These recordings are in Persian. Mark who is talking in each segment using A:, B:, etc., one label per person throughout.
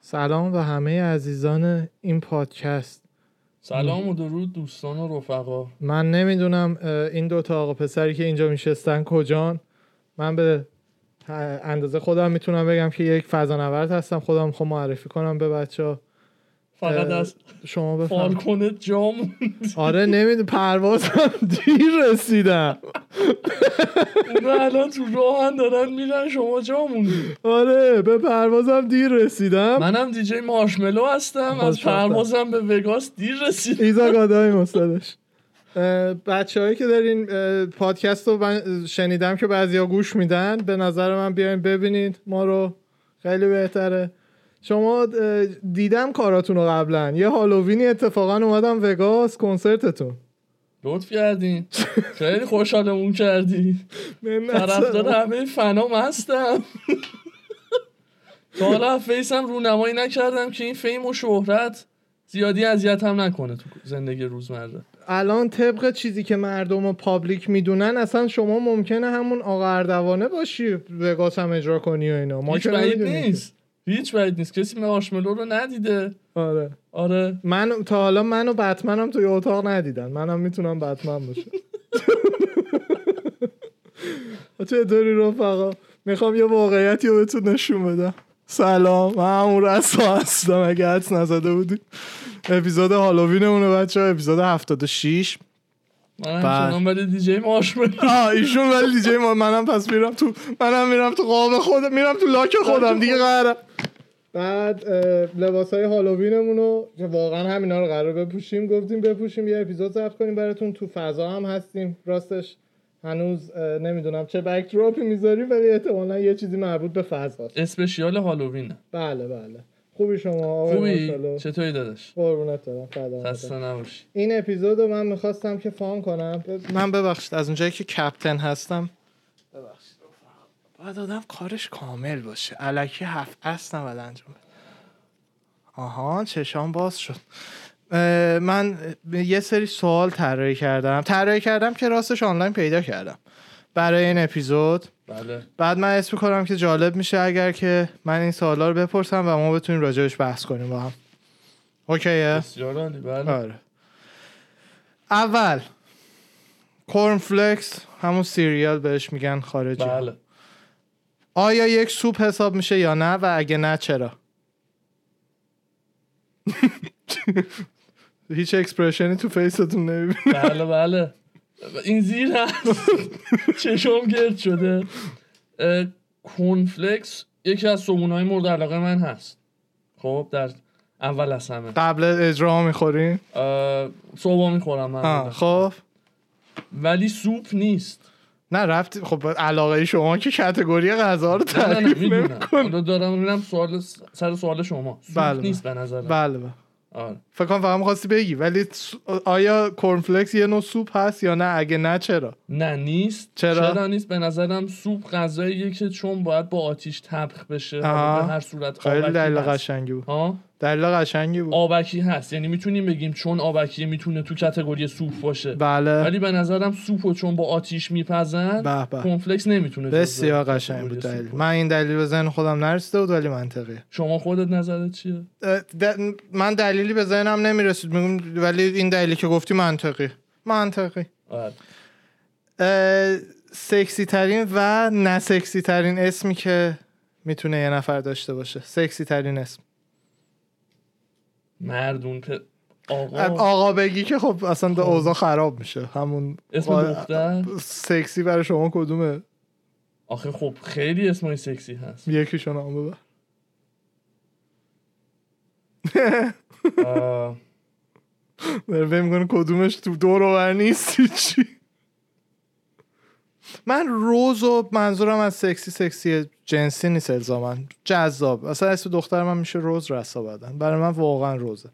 A: سلام و همه عزیزان این پادکست
B: سلام و درود دوستان و رفقا
A: من نمیدونم این دوتا آقا پسری که اینجا میشستن کجان من به اندازه خودم میتونم بگم که یک فضانورد هستم خودم خود معرفی کنم به بچه ها
B: فقط از
A: شما بفهم
B: فالکونت جام
A: آره نمیدونم پروازم دیر رسیدم
B: اونا الان تو راهن دارن میرن شما جا موندی
A: آره به پروازم دیر رسیدم
B: منم دیجی مارشملو هستم از
A: خوشبختم.
B: پروازم به وگاس دیر رسید
A: ایزا گادای مستدش بچه هایی که دارین اه، پادکست رو من شنیدم که بعضیا گوش میدن به نظر من بیاین ببینید ما رو خیلی بهتره شما اه، دیدم کاراتون رو قبلا یه هالووینی اتفاقا اومدم وگاس کنسرتتون
B: لطف کردین خیلی خوشحالمون کردی طرفدار همه فنام هستم تا حالا از فیسم رونمایی نکردم که این فیم و شهرت زیادی اذیتم نکنه تو زندگی روزمره
A: الان طبق چیزی که مردم و پابلیک میدونن اصلا شما ممکنه همون آقا اردوانه باشی وگاس هم اجرا کنی و اینا ما
B: هیچ
A: که
B: بعید
A: نمی‌دونیم که.
B: نیست هیچ بعید نیست کسی مارشملو رو ندیده
A: آره
B: آره
A: من تا حالا منو بتمن هم توی اتاق ندیدن منم میتونم بتمن باشم چطوری رفقا میخوام یه واقعیتی رو بهتون نشون بدم سلام من همون رسا هستم اگه حدس نزده بودیم اپیزود هالووینمونه بچه ها اپیزود 76 بله.
B: من همچنان برای دیجی مارشملو
A: آه ایشون ولی دیجی ما منم پس میرم تو منم میرم تو قاب خودم میرم تو لاک خودم دیگه قرارم بعد لباس های هالووینمون رو که واقعا همینا رو قرار بپوشیم گفتیم بپوشیم یه اپیزود ضبط کنیم براتون تو فضا هم هستیم راستش هنوز اه، نمیدونم چه بکدراپی میذاریم ولی احتمالا یه چیزی مربوط به فضا
B: اسپشیال هالووین
A: بله بله خوبی شما آقای
B: خوبی
A: آره، ماشاءالله؟
B: چطوری داداش
A: قربونت برم فدات شم.
B: خسته نباشی
A: این اپیزود رو من میخواستم که فان کنم من ببخشید از اونجایی که کپتن هستم ببخشید باید آدم کارش کامل باشه علکی هفت اصل نباید انجام بده آها چشام باز شد اه، من یه سری سوال طراحی کردم طراحی کردم که راستش آنلاین پیدا کردم برای این اپیزود
B: بله
A: بعد من اسم کنم که جالب میشه اگر که من این سوالا رو بپرسم و ما بتونیم راجبش بحث کنیم با هم اوکیه
B: بسیار عالی بله
A: آره اول کورنفلکس همون سیریال بهش میگن خارجی
B: بله
A: آیا یک سوپ حساب میشه یا نه و اگه نه چرا هیچ اکسپرشنی تو فیستون نمیبینم
B: بله بله این زیر هست چشم گرد شده اه، کورنفلکس یکی از سمونهای مورد علاقه من هست خب در اول از همه
A: قبل اجرا میخوریم
B: اه، صبح میخورم من
A: خب
B: ولی سوپ نیست
A: نه رفتی خب علاقه شما که کتگوری غذا رو
B: نه، نه، نه،
A: تعریف
B: میدونم
A: نمی‌کنه.
B: حالا دارم میبینم سوال سر سوال شما سوپ
A: بله.
B: نیست به نظر
A: بله بله
B: آره
A: فکر کنم فقط میخواستی بگی ولی سو- آیا کورنفلکس یه نوع سوپ هست یا نه اگه نه چرا
B: نه نیست
A: چرا؟
B: نیست به نظرم سوپ غذاییه که چون باید با آتیش تبخ بشه
A: آها.
B: حالا به هر صورت
A: خیلی
B: آبکی
A: دلیل
B: هست.
A: قشنگی بود
B: ها
A: دلیل قشنگی بود
B: آبکی هست یعنی میتونیم بگیم چون آبکی میتونه تو کتگوری سوپ باشه
A: بله
B: ولی به نظرم سوپ و چون با آتیش میپزن
A: به به
B: کنفلکس نمیتونه جزو
A: بسیار قشنگ
B: کتگوری
A: بود
B: سوپ
A: دلیل
B: باشه.
A: من این دلیل به ذهن خودم نرسیده بود ولی منطقیه
B: شما خودت نظرت چیه
A: اه، د- من دلیلی به ذهنم نمیرسید میگم ولی این دلیلی که گفتی منطقی منطقی
B: آره.
A: اه، سکسی ترین و نسکسی ترین اسمی که میتونه یه نفر داشته باشه سکسی ترین اسم
B: مردون که آقا
A: آقا بگی که خب اصلا ده اوضاع خراب میشه همون
B: اسم
A: آقا-
B: دختر
A: سکسی برای شما کدومه
B: آخه خب خیلی اسمای سکسی هست
A: یکیشو نام ببر
B: آه،
A: داره فکر می‌کنه کدومش تو دور و بر نیست چی من روز و منظورم از سکسی سکسی جنسی نیست الزاما جذاب اصلا اسم دختر من میشه روز رسا بدن برای من واقعا روزه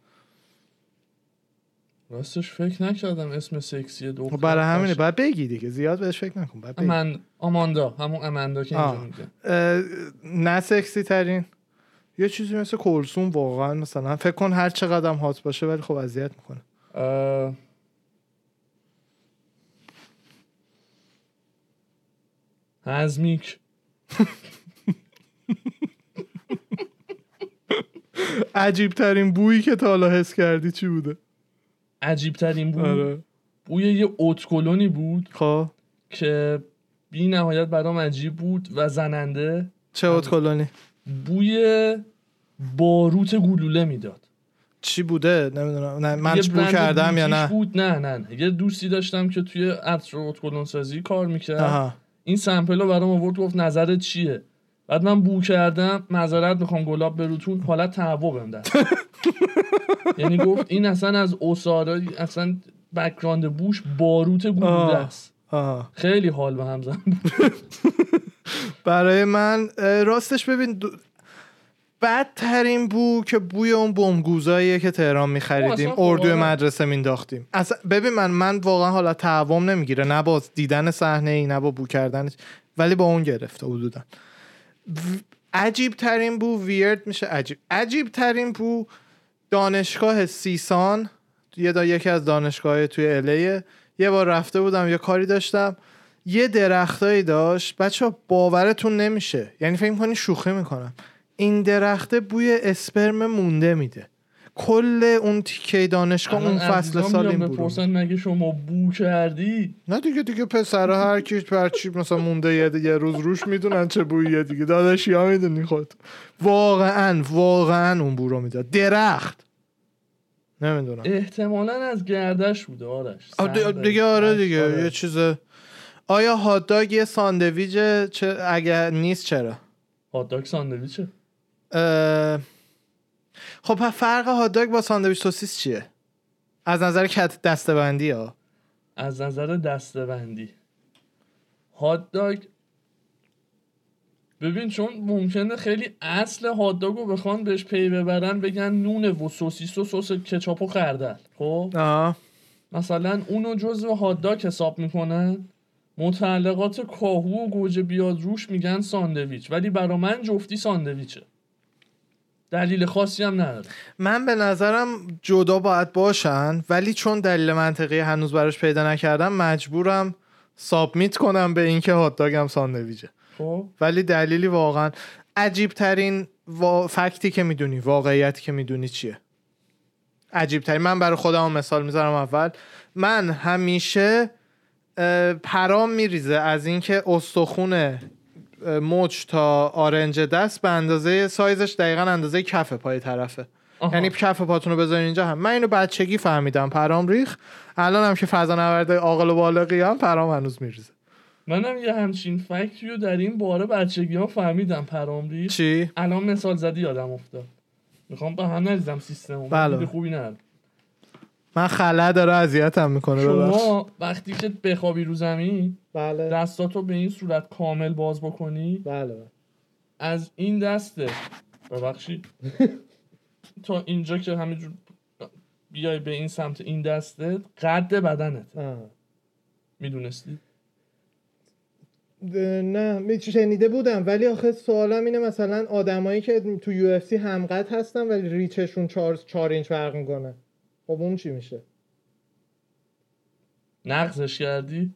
B: راستش فکر نکردم اسم سکسی دختر
A: خب برای همینه
B: باشه.
A: باید بگی دیگه زیاد بهش فکر نکن باید بگی.
B: من آماندا همون اماندا که اینجا
A: آه.
B: میگه
A: اه، نه سکسی ترین یه چیزی مثل کلسون واقعا مثلا فکر کن هر چه قدم هات باشه ولی خب اذیت میکنه
B: اه، هزمیک
A: عجیب ترین بویی که تا حالا حس کردی چی بوده
B: عجیب ترین بود
A: آره
B: بوی یه اتکلونی بود
A: خب
B: که بی نهایت برام عجیب بود و زننده
A: چه اوت کلونی
B: بوی باروت گلوله میداد
A: چی بوده نمیدونم نه من
B: یه
A: بو
B: برند
A: کردم یا
B: بیتیش
A: نه
B: بود نه نه نه یه دوستی داشتم که توی عطر و اتکلون سازی کار میکرد
A: آها
B: این سمپل رو برام آورد گفت نظرت چیه بعد من بو کردم معذرت میخوام گلاب به روتون حالت تعوبم دست یعنی گفت این اصلا از اوسارای اصلا بکراند بوش باروت گلوله
A: آه.
B: است
A: آها
B: خیلی حال به هم زن بود.
A: برای من اه، راستش ببین دو... بدترین بو که بوی اون بمبگوزاییه که تهران میخریدیم
B: خب، اصلا
A: اردو
B: واقعا.
A: مدرسه مینداختیم اصلا ببین من من واقعا حالا تعوام نمیگیره نه با دیدن صحنه ای نه با بو کردنش ولی با اون گرفته حدودا عجیب ترین بو ویرد میشه عجیب عجیب ترین بو دانشگاه سیسان یه دا یکی از دانشگاه توی الیه یه بار رفته بودم یه کاری داشتم یه درختایی داشت بچه باورتون نمیشه یعنی فکر کنی شوخی میکنم این درخته بوی اسپرم مونده میده کل اون تیکه دانشگاه اون
B: الان
A: فصل
B: عزیزان
A: سال
B: میان
A: این بود
B: بپرسن مگه شما بو کردی
A: نه دیگه دیگه پسرا هر کی هر چی مثلا مونده یه, یه روز روش میدونن چه بوییه دیگه داداشی ها میدونی خود واقعا واقعا اون بو رو میداد درخت نمیدونم
B: احتمالا از گردش بوده آرش
A: آه، دی-
B: سندش،
A: دیگه آره دیگه
B: آره.
A: یه چیز آیا هات داگ یه ساندویج چه اگر نیست چرا
B: هات داگ ساندویچه
A: اه، خب پ- فرق هات داگ با ساندویچ سوسیس چیه از نظر کت دستبندی ها
B: از نظر دستبندی هات داگ ببین چون ممکنه خیلی اصل هات داگو بخوان بهش پی ببرن بگن نون و سوسیس و سس کچاپ و خردل خب
A: آها
B: مثلا اونو جزو هات داگ حساب میکنن متعلقات کاهو و گوجه بیاد روش میگن ساندویچ ولی برا من جفتی ساندویچه دلیل خاصی هم نداره
A: من به نظرم جدا باید باشن ولی چون دلیل منطقی هنوز براش پیدا نکردم مجبورم سابمیت کنم به اینکه هات داگم ساندویجه
B: خب
A: ولی دلیلی واقعا عجیب ترین وا... فکتی که میدونی واقعیتی که میدونی چیه عجیب ترین من برای خودم مثال میذارم اول من همیشه اه، پرام میریزه از اینکه استخون اه، مچ تا آرنج دست به اندازه سایزش دقیقا اندازه کف پای طرفه
B: آها.
A: یعنی کف پاتون رو بذارین اینجا هم من اینو بچگی فهمیدم پرام ریخ الان هم که فضا نورده عاقل و بالغی هم پرام هنوز میریزه
B: منم یه همچین فکری رو در این باره بچگی ها فهمیدم پرام ریخت.
A: چی
B: الان مثال زدی یادم افتاد میخوام به هم نریزم سیستم
A: بله.
B: خوبی نداره
A: من خلا داره اذیتم میکنه
B: شما وقتی که بخوابی رو زمین
A: بله
B: دستاتو به این صورت کامل باز بکنی
A: بله
B: از این دسته ببخشید تا اینجا که همینجور بیای به این سمت این دسته قد بدنت میدونستی
A: نه می- شنیده بودم ولی آخه سوالم اینه مثلا آدمایی که تو یو اف سی همقد هستن ولی ریچشون 4 4 اینچ فرق میکنه خب اون چی میشه
B: نقضش کردی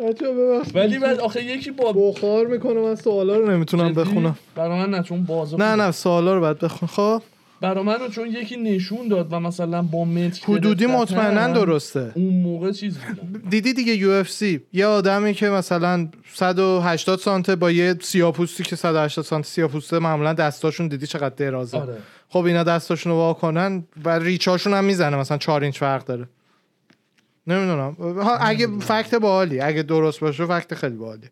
A: بچه ببخشید
B: ولی بعد آخه یکی با
A: بخار میکنه من سوالا رو نمیتونم بخونم
B: برای من نه چون بازه
A: نه نه سوالا رو باید بخون خب
B: برا منو چون یکی نشون داد و مثلا با متر
A: حدودی
B: گرفتن،
A: مطمئنا درسته
B: اون موقع چیز بودم
A: دیدی دیگه یو اف سی یه آدمی که مثلا 180 سانته با یه سیاپوستی که 180 سانته سیاپوسته معمولا دستاشون دیدی چقدر درازه
B: آره
A: خب اینا دستاشون رو واکنن و ریچاشون هم میزنه مثلا 4 اینچ فرق داره نمیدونم ها، اگه فکت باحالی اگه درست باشه فکت خیلی باحالی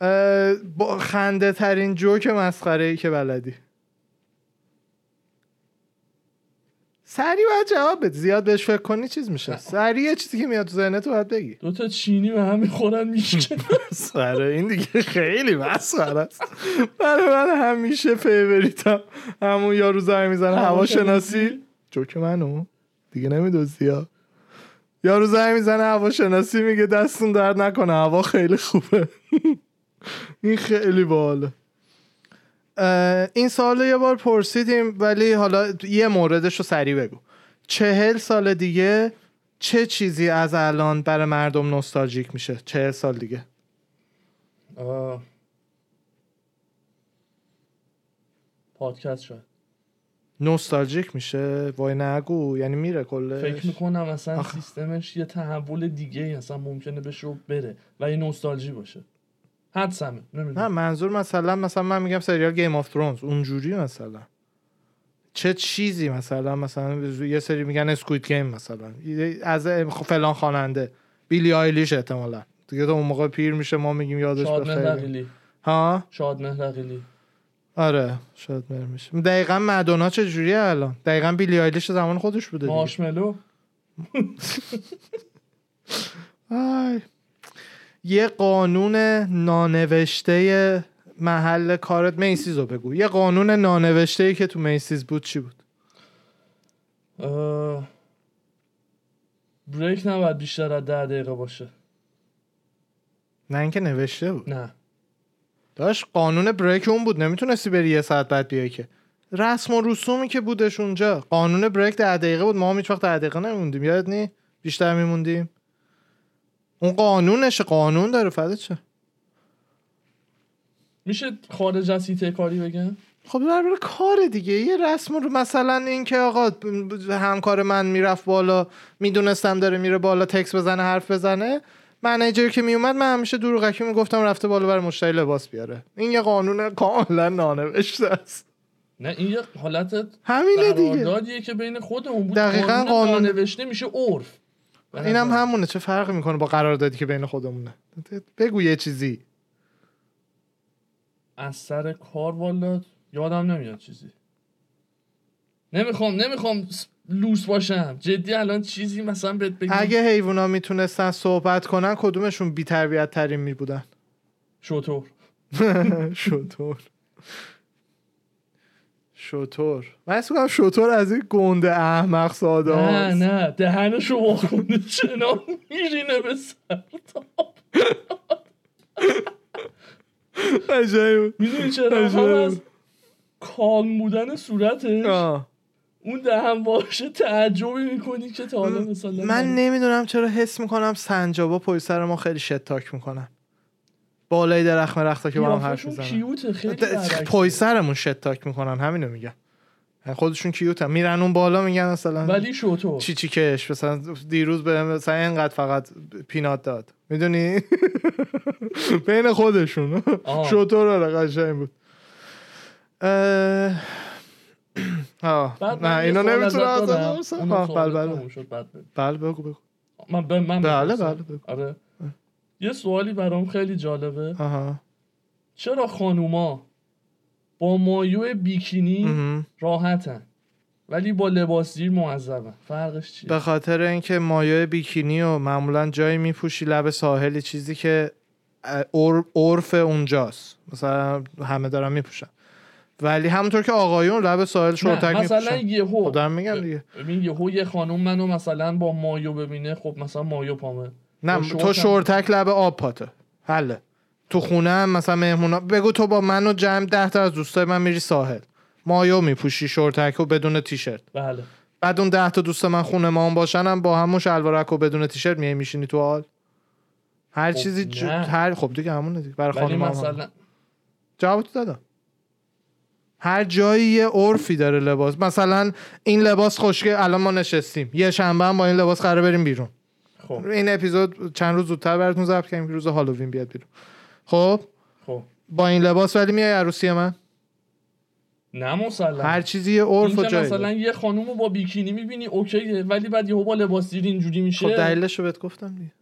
A: اه، با خنده ترین جوک مسخره ای که بلدی سریع باید جواب بدی زیاد بهش فکر کنی چیز میشه سریع یه چیزی که میاد تو ذهنت رو باید بگی
B: دوتا چینی به هم میخورن میشه
A: مسخره این دیگه خیلی مسخره است برای من همیشه فیوریتم همون یارو زنگ میزنه هواشناسی جوک منو دیگه نمیدوزی ها یارو زنگ میزنه هواشناسی میگه دستون درد نکنه هوا خیلی خوبه این خیلی باحاله اه، این سال یه بار پرسیدیم ولی حالا یه موردش رو سریع بگو چهل سال دیگه چه چیزی از الان برای مردم نوستالژیک میشه چهل سال دیگه
B: آه. پادکست شد
A: نوستالژیک میشه وای نگو یعنی میره کلش
B: فکر میکنم اصلا
A: آخه.
B: سیستمش یه تحول دیگه ای اصلا ممکنه بهش رو بره و یه نوستالژی باشه حدسمه
A: نه
B: نمیدونم
A: منظور مثلا مثلا من میگم سریال گیم آف ترونز اونجوری مثلا چه چیزی مثلا مثلا یه سری میگن اسکوید گیم مثلا از خب فلان خواننده بیلی آیلیش احتمالا دیگه تا اون موقع پیر میشه ما میگیم یادش
B: شادمهر
A: بخیر
B: رقیلی
A: ها
B: شادمهر رقیلی
A: آره شاید مر میشه دقیقا مدونا چه جوریه الان دقیقا بیلی آیلیش زمان خودش بوده دیگه.
B: مارشملو
A: آی. یه قانون نانوشته محل کارت میسیز رو بگو یه قانون نانوشته که تو میسیز بود چی بود
B: اه، بریک نباید بیشتر از ده دقیقه باشه
A: نه اینکه نوشته بود
B: نه
A: داشت قانون بریک اون بود نمیتونستی بری یه ساعت بعد بیای که رسم و رسومی که بودش اونجا قانون بریک ده دقیقه بود ما هم هیچ وقت ده دقیقه نمیموندیم یادت نی بیشتر میموندیم اون قانونش قانون داره فدات چه
B: میشه خارج از هیته کاری بگم
A: خب برابر کار دیگه یه رسم رو مثلا این که آقا همکار من میرفت بالا میدونستم داره میره بالا تکس بزنه حرف بزنه منیجر که میومد من همیشه دروغکی میگفتم رفته بالا برای مشتری لباس بیاره این یه قانون کاملا نانوشته است
B: نه این یه حالت
A: همینه دیگه
B: قراردادیه که بین خودمون بود
A: دقیقاً قانون.
B: نوشته میشه عرف
A: اینم همونه چه فرقی میکنه با قراردادی که بین خودمونه بگو یه چیزی
B: از سر کار والا یادم نمیاد چیزی نمیخوام نمیخوام س- لوس باشم جدی الان چیزی مثلا بهت بگم
A: اگه حیوونا میتونستن صحبت کنن کدومشون بی تربیت ترین میبودن
B: شطور
A: شطور شطور من حس کنم شطور از این گنده احمق ساده
B: نه
A: هاست.
B: نه دهنشو وا کنه چنا میرینه به سر
A: عجیب.
B: میدونی چرا
A: عجب.
B: هم از کان بودن صورتش
A: آه.
B: اون دهن باشه تعجبی میکنی که تا حالا مثلا
A: من نمیدونم چرا حس میکنم سنجابا پای سر ما خیلی شتاک میکنن بالای درخت مرختا که با هم حرف
B: قیافشون
A: میزنن
B: کیوته خیلی
A: پای
B: برعکسه.
A: سرمون شتاک میکنن همینو میگم یعنی خودشون کیوتن میرن اون بالا میگن مثلا
B: ولی شطور
A: چی چی کش مثلا دیروز به مثلا اینقدر فقط پینات داد میدونی بین خودشون
B: آه.
A: شطور آره قشنگ بود اه، آه.
B: بعد
A: نه
B: من یه
A: اینو نمیتونم
B: سوال
A: از
B: ازت دارم.
A: بله
B: اونم سوالت
A: بله
B: تموم شد، بعد بگو.
A: بله بگو بگو
B: من ب- من
A: بله
B: بپرسم.
A: بله بگو
B: آره یه سوالی برام خیلی جالبه
A: آها
B: چرا خانوما با مایو بیکینی
A: مهم.
B: راحتن ولی با لباس زیر معذبن فرقش چیه
A: به خاطر اینکه مایه بیکینی و معمولا جایی میپوشی لب ساحلی چیزی که اه، عر- عرف اونجاست مثلا همه دارن میپوشن ولی همونطور که آقایون لب ساحل
B: نه،
A: شورتک
B: مثلا
A: میپوشن
B: یهو
A: خودم میگم دیگه
B: ببین یهو یه خانوم منو مثلا با مایو ببینه خب مثلا مایو پامه
A: نه
B: با شورت
A: تو
B: هم-
A: شورتک لب آب پاته حله تو خونه هم مثلا مهمونا بگو تو با من و جمع ده تا از دوستای من میری ساحل مایو میپوشی شورتک و بدون تیشرت
B: بله
A: بعد اون ده تا دوست من خونه ما هم باشن هم با همون شلوارک و بدون تیشرت میای میشینی تو حال هر
B: خب
A: چیزی ج...
B: نه.
A: هر خب دیگه همون دیگه برای
B: ولی
A: خانم هم همون.
B: مثلا
A: جواب دادم هر جایی یه عرفی داره لباس مثلا این لباس خشکه الان ما نشستیم یه شنبه هم با این لباس قراره بریم بیرون
B: خب
A: این اپیزود چند روز زودتر براتون ضبط کردیم که روز هالووین بیاد بیرون خب
B: خب
A: با این لباس ولی میای عروسی من
B: نه مسلم
A: هر چیزی یه عرف و
B: این که
A: جایی
B: مثلا
A: داره.
B: یه خانوم رو با بیکینی میبینی اوکیه ولی بعد یهو با لباس زیر اینجوری میشه
A: خب دلیلش رو بهت گفتم دیگه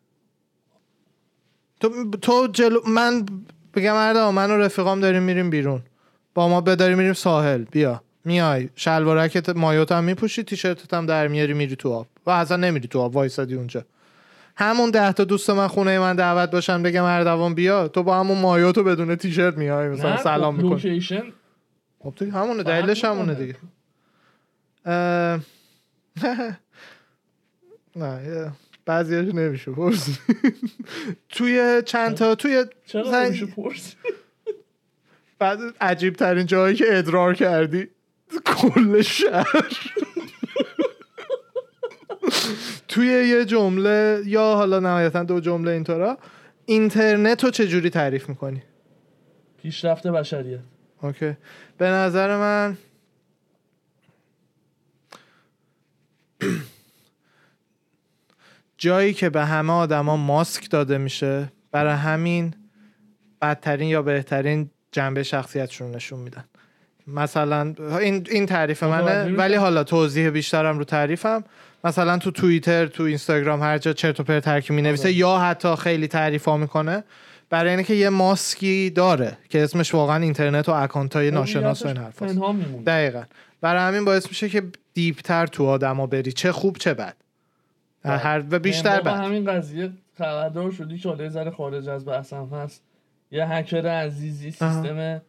A: تو تو جلو من بگم اردم من و رفیقام داریم میریم بیرون با ما بداریم میریم ساحل بیا میای شلوارکت مایوت هم میپوشی تیشرتت هم در میاری میری تو آب و اصلا نمیری تو آب وایسادی اونجا همون ده تا دوست من خونه من دعوت باشن بگم اردوان بیا تو با همون مایوت و بدون تیشرت میای مثلا
B: نه،
A: سلام
B: خب،
A: میکنی
B: لوکیشن
A: خب دیگه همونه
B: فرق
A: دلیلش همونه
B: می‌کنه.
A: دیگه اه، نه یه- بعضیاش نمیشه پرس توی چند تا توی
B: چرا
A: مثلا
B: نمیشه پرس
A: بعد عجیب ترین جایی که ادرار کردی کل شهر توی یه جمله یا حالا نهایتا دو جمله اینطورا اینترنت رو چجوری تعریف میکنی
B: پیشرفت بشریت
A: اوکی به نظر من جایی که به همه آدما ماسک داده میشه برای همین بدترین یا بهترین جنبه شخصیتشون نشون میدن مثلا این, این تعریف منه ولی حالا توضیح بیشترم رو تعریفم مثلا تو توییتر تو اینستاگرام هر جا چرت و پرت ترکی مینویسه آره. یا حتی خیلی تعریف ها میکنه برای اینکه یه ماسکی داره که اسمش واقعا اینترنت و اکانت های ناشناس و
B: یعنی
A: این حرف دقیقا برای همین باعث میشه که دیپتر تو آدما بری چه خوب چه بد هر و بیشتر بد
B: یعنی همین قضیه خبردار شدی که حالا ذره خارج از بحثم هست یه هکر عزیزی سیستم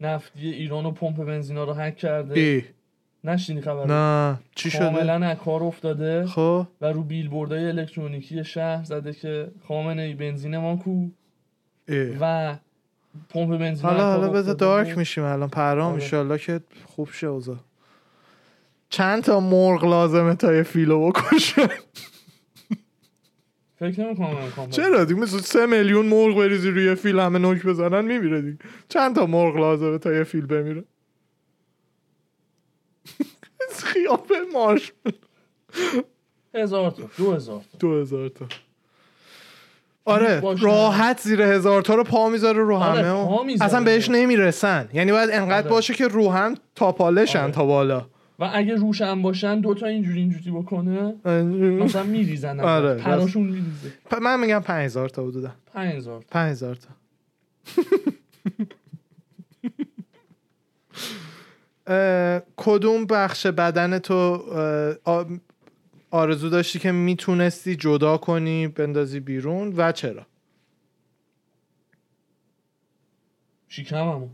B: نفتی ایران و پمپ بنزینا رو هک کرده
A: بی.
B: نشینی خبر
A: نه چی شده
B: کاملا کار افتاده
A: خب
B: و رو بیلبوردهای الکترونیکی شهر زده که خامنه ای بنزین ما کو
A: ای.
B: و پمپ بنزین
A: حالا حالا بذار
B: خب،
A: دارک میشیم الان پرام ان که خوب شه اوضاع چند تا مرغ لازمه تا یه فیلو بکشه
B: فکر نمی‌کنم
A: چرا دیگه مثل سه میلیون مرغ بریزی روی فیل همه نوک بزنن میمیره دیگه چند تا مرغ لازمه تا یه فیل بمیره خیابه مارش
B: هزار تا دو هزار تا
A: دو هزار تا آره راحت زیر هزار تا رو پا میذاره رو همه آره، اصلا بهش نمیرسن یعنی باید انقدر آره. باشه که رو هم تا پالشن آره. تا بالا
B: و اگه روش هم باشن دوتا اینجوری اینجوری بکنه مثلا میریزن آره پراشون میریزه
A: پ- من میگم 5000 تا حدودا
B: 5000
A: 5000 تا کدوم بخش بدن تو آرزو داشتی که میتونستی جدا کنی بندازی بیرون و چرا
B: شکممو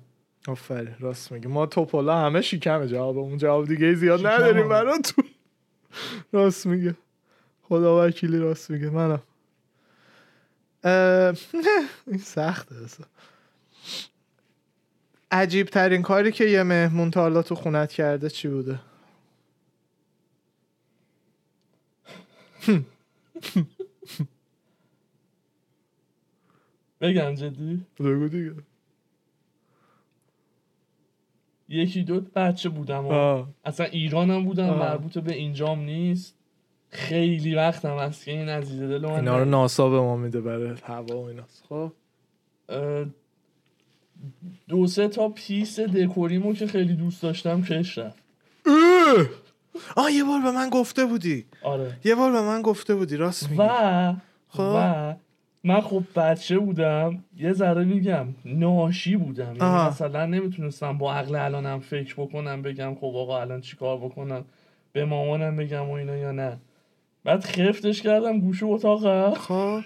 A: آفرین راست میگه ما توپلا همه شکمه جوابمون جواب دیگه زیاد نداریم برای تو راست میگه خدا وکیلی راست میگه منم این سخته اصلا عجیب ترین کاری که یه مهمون تا حالا تو خونت کرده چی بوده
B: بگم جدی
A: بگو دیگه
B: یکی دو بچه بودم و اصلا ایرانم بودم آه. مربوط به اینجام نیست خیلی وقتم هست که این عزیز دل من
A: اینا رو ناسا به ما میده برای هوا و ایناست خب
B: دو سه تا پیس دکوریمو که خیلی دوست داشتم کش رفت
A: آه یه بار به من گفته بودی
B: آره
A: یه بار به من گفته بودی راست میگی
B: و خب و من خب بچه بودم یه ذره میگم ناشی بودم یعنی مثلا نمیتونستم با عقل الانم فکر بکنم بگم خب آقا الان چیکار بکنم به مامانم بگم و اینا یا نه بعد خفتش کردم گوشه اتاقم
A: خب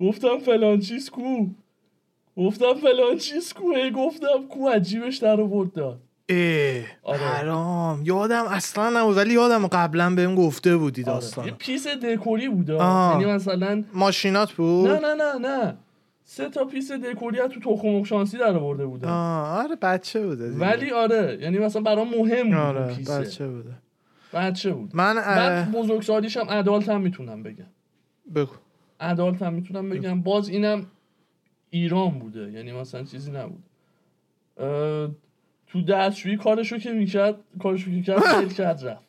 B: گفتم فلان چیز کو گفتم فلان چیز کوه گفتم کو عجیبش در آورد داد
A: ای آره. یادم اصلا نبود ولی یادم قبلا بهم گفته بودی داستان
B: آره. یه پیس دکوری بود یعنی مثلا
A: ماشینات بود
B: نه نه نه نه سه تا پیس دکوری تو تخم شانسی در آورده بود
A: آره بچه بوده دیگه.
B: ولی آره یعنی مثلا برام مهم بود
A: آره. پیسه. بچه بوده
B: بچه بود
A: من
B: اه... بزرگسالیش هم عدالت هم میتونم بگم
A: بگو
B: عدالت هم میتونم بگم باز اینم ایران بوده یعنی مثلا چیزی نبود اه... تو دستشویی کارشو که میکرد کارشو که میکرد فیل کرد رفت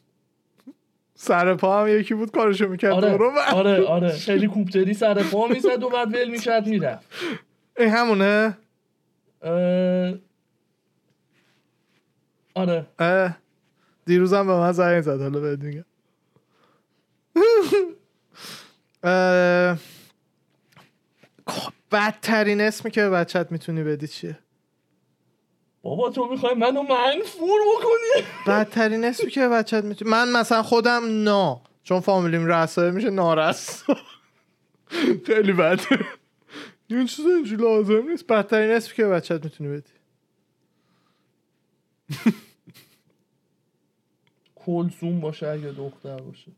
A: سر پا هم یکی بود کارشو میکرد
B: آره
A: رو
B: آره آره هلیکوپتری سر پا میزد و بعد ول میکرد میرفت
A: این همونه
B: اه... آره
A: اه... دیروزم به من زنگ زد حالا بهت میگم اه... خب، بدترین اسمی که به بچت میتونی بدی چیه
B: بابا تو میخوای منو منفور بکنی
A: بدترین اسمی که بچت میتونی من مثلا خودم نا چون فامیلیم رسایه میشه نارس خیلی بد این چیز اینجوری لازم نیست بدترین اسمی که بچت میتونی بدی
B: کلسوم باشه اگه دختر باشه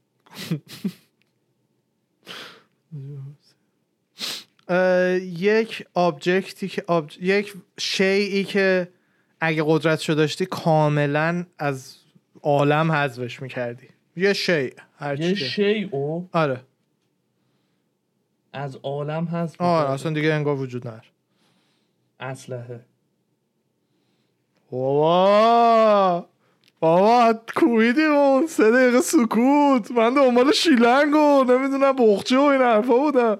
A: یک آبجکتی که یک شیعی که اگه قدرتشو داشتی کاملا از عالم حذفش میکردی یه شی
B: هر یه شی او
A: آره
B: از عالم حذف
A: آره اصلا دیگه انگار وجود نداره
B: اسلحه
A: بابا بابا کویدی اون سه دقیقه سکوت من دنبال شیلنگ و نمیدونم بخچه و این حرفا بودم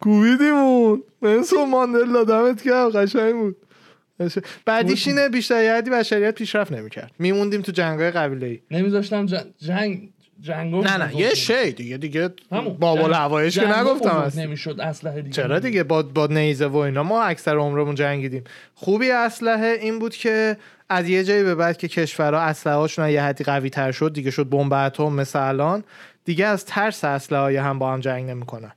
A: کوبیدیمون منسون ماندلا دمت کرد قشنگ بود بعدیش اینه بیشتر یادی بشریت پیشرفت نمیکرد میموندیم تو جنگای قبیله ای
B: نمیذاشتم جنگ جنگ جنگو
A: نه نه یه شی دیگه دیگه بابا الهوایش که نگفتم اصلا
B: نمیشد اسلحه دیگه
A: چرا دیگه با با نیزه و اینا ما اکثر عمرمون جنگیدیم خوبی اسلحه این بود که از یه جایی به بعد که کشورها اسلحه‌هاشون یه حدی قوی تر شد دیگه شد بمب اتم مثل الان دیگه از ترس اسلحه هم با هم جنگ نمیکنن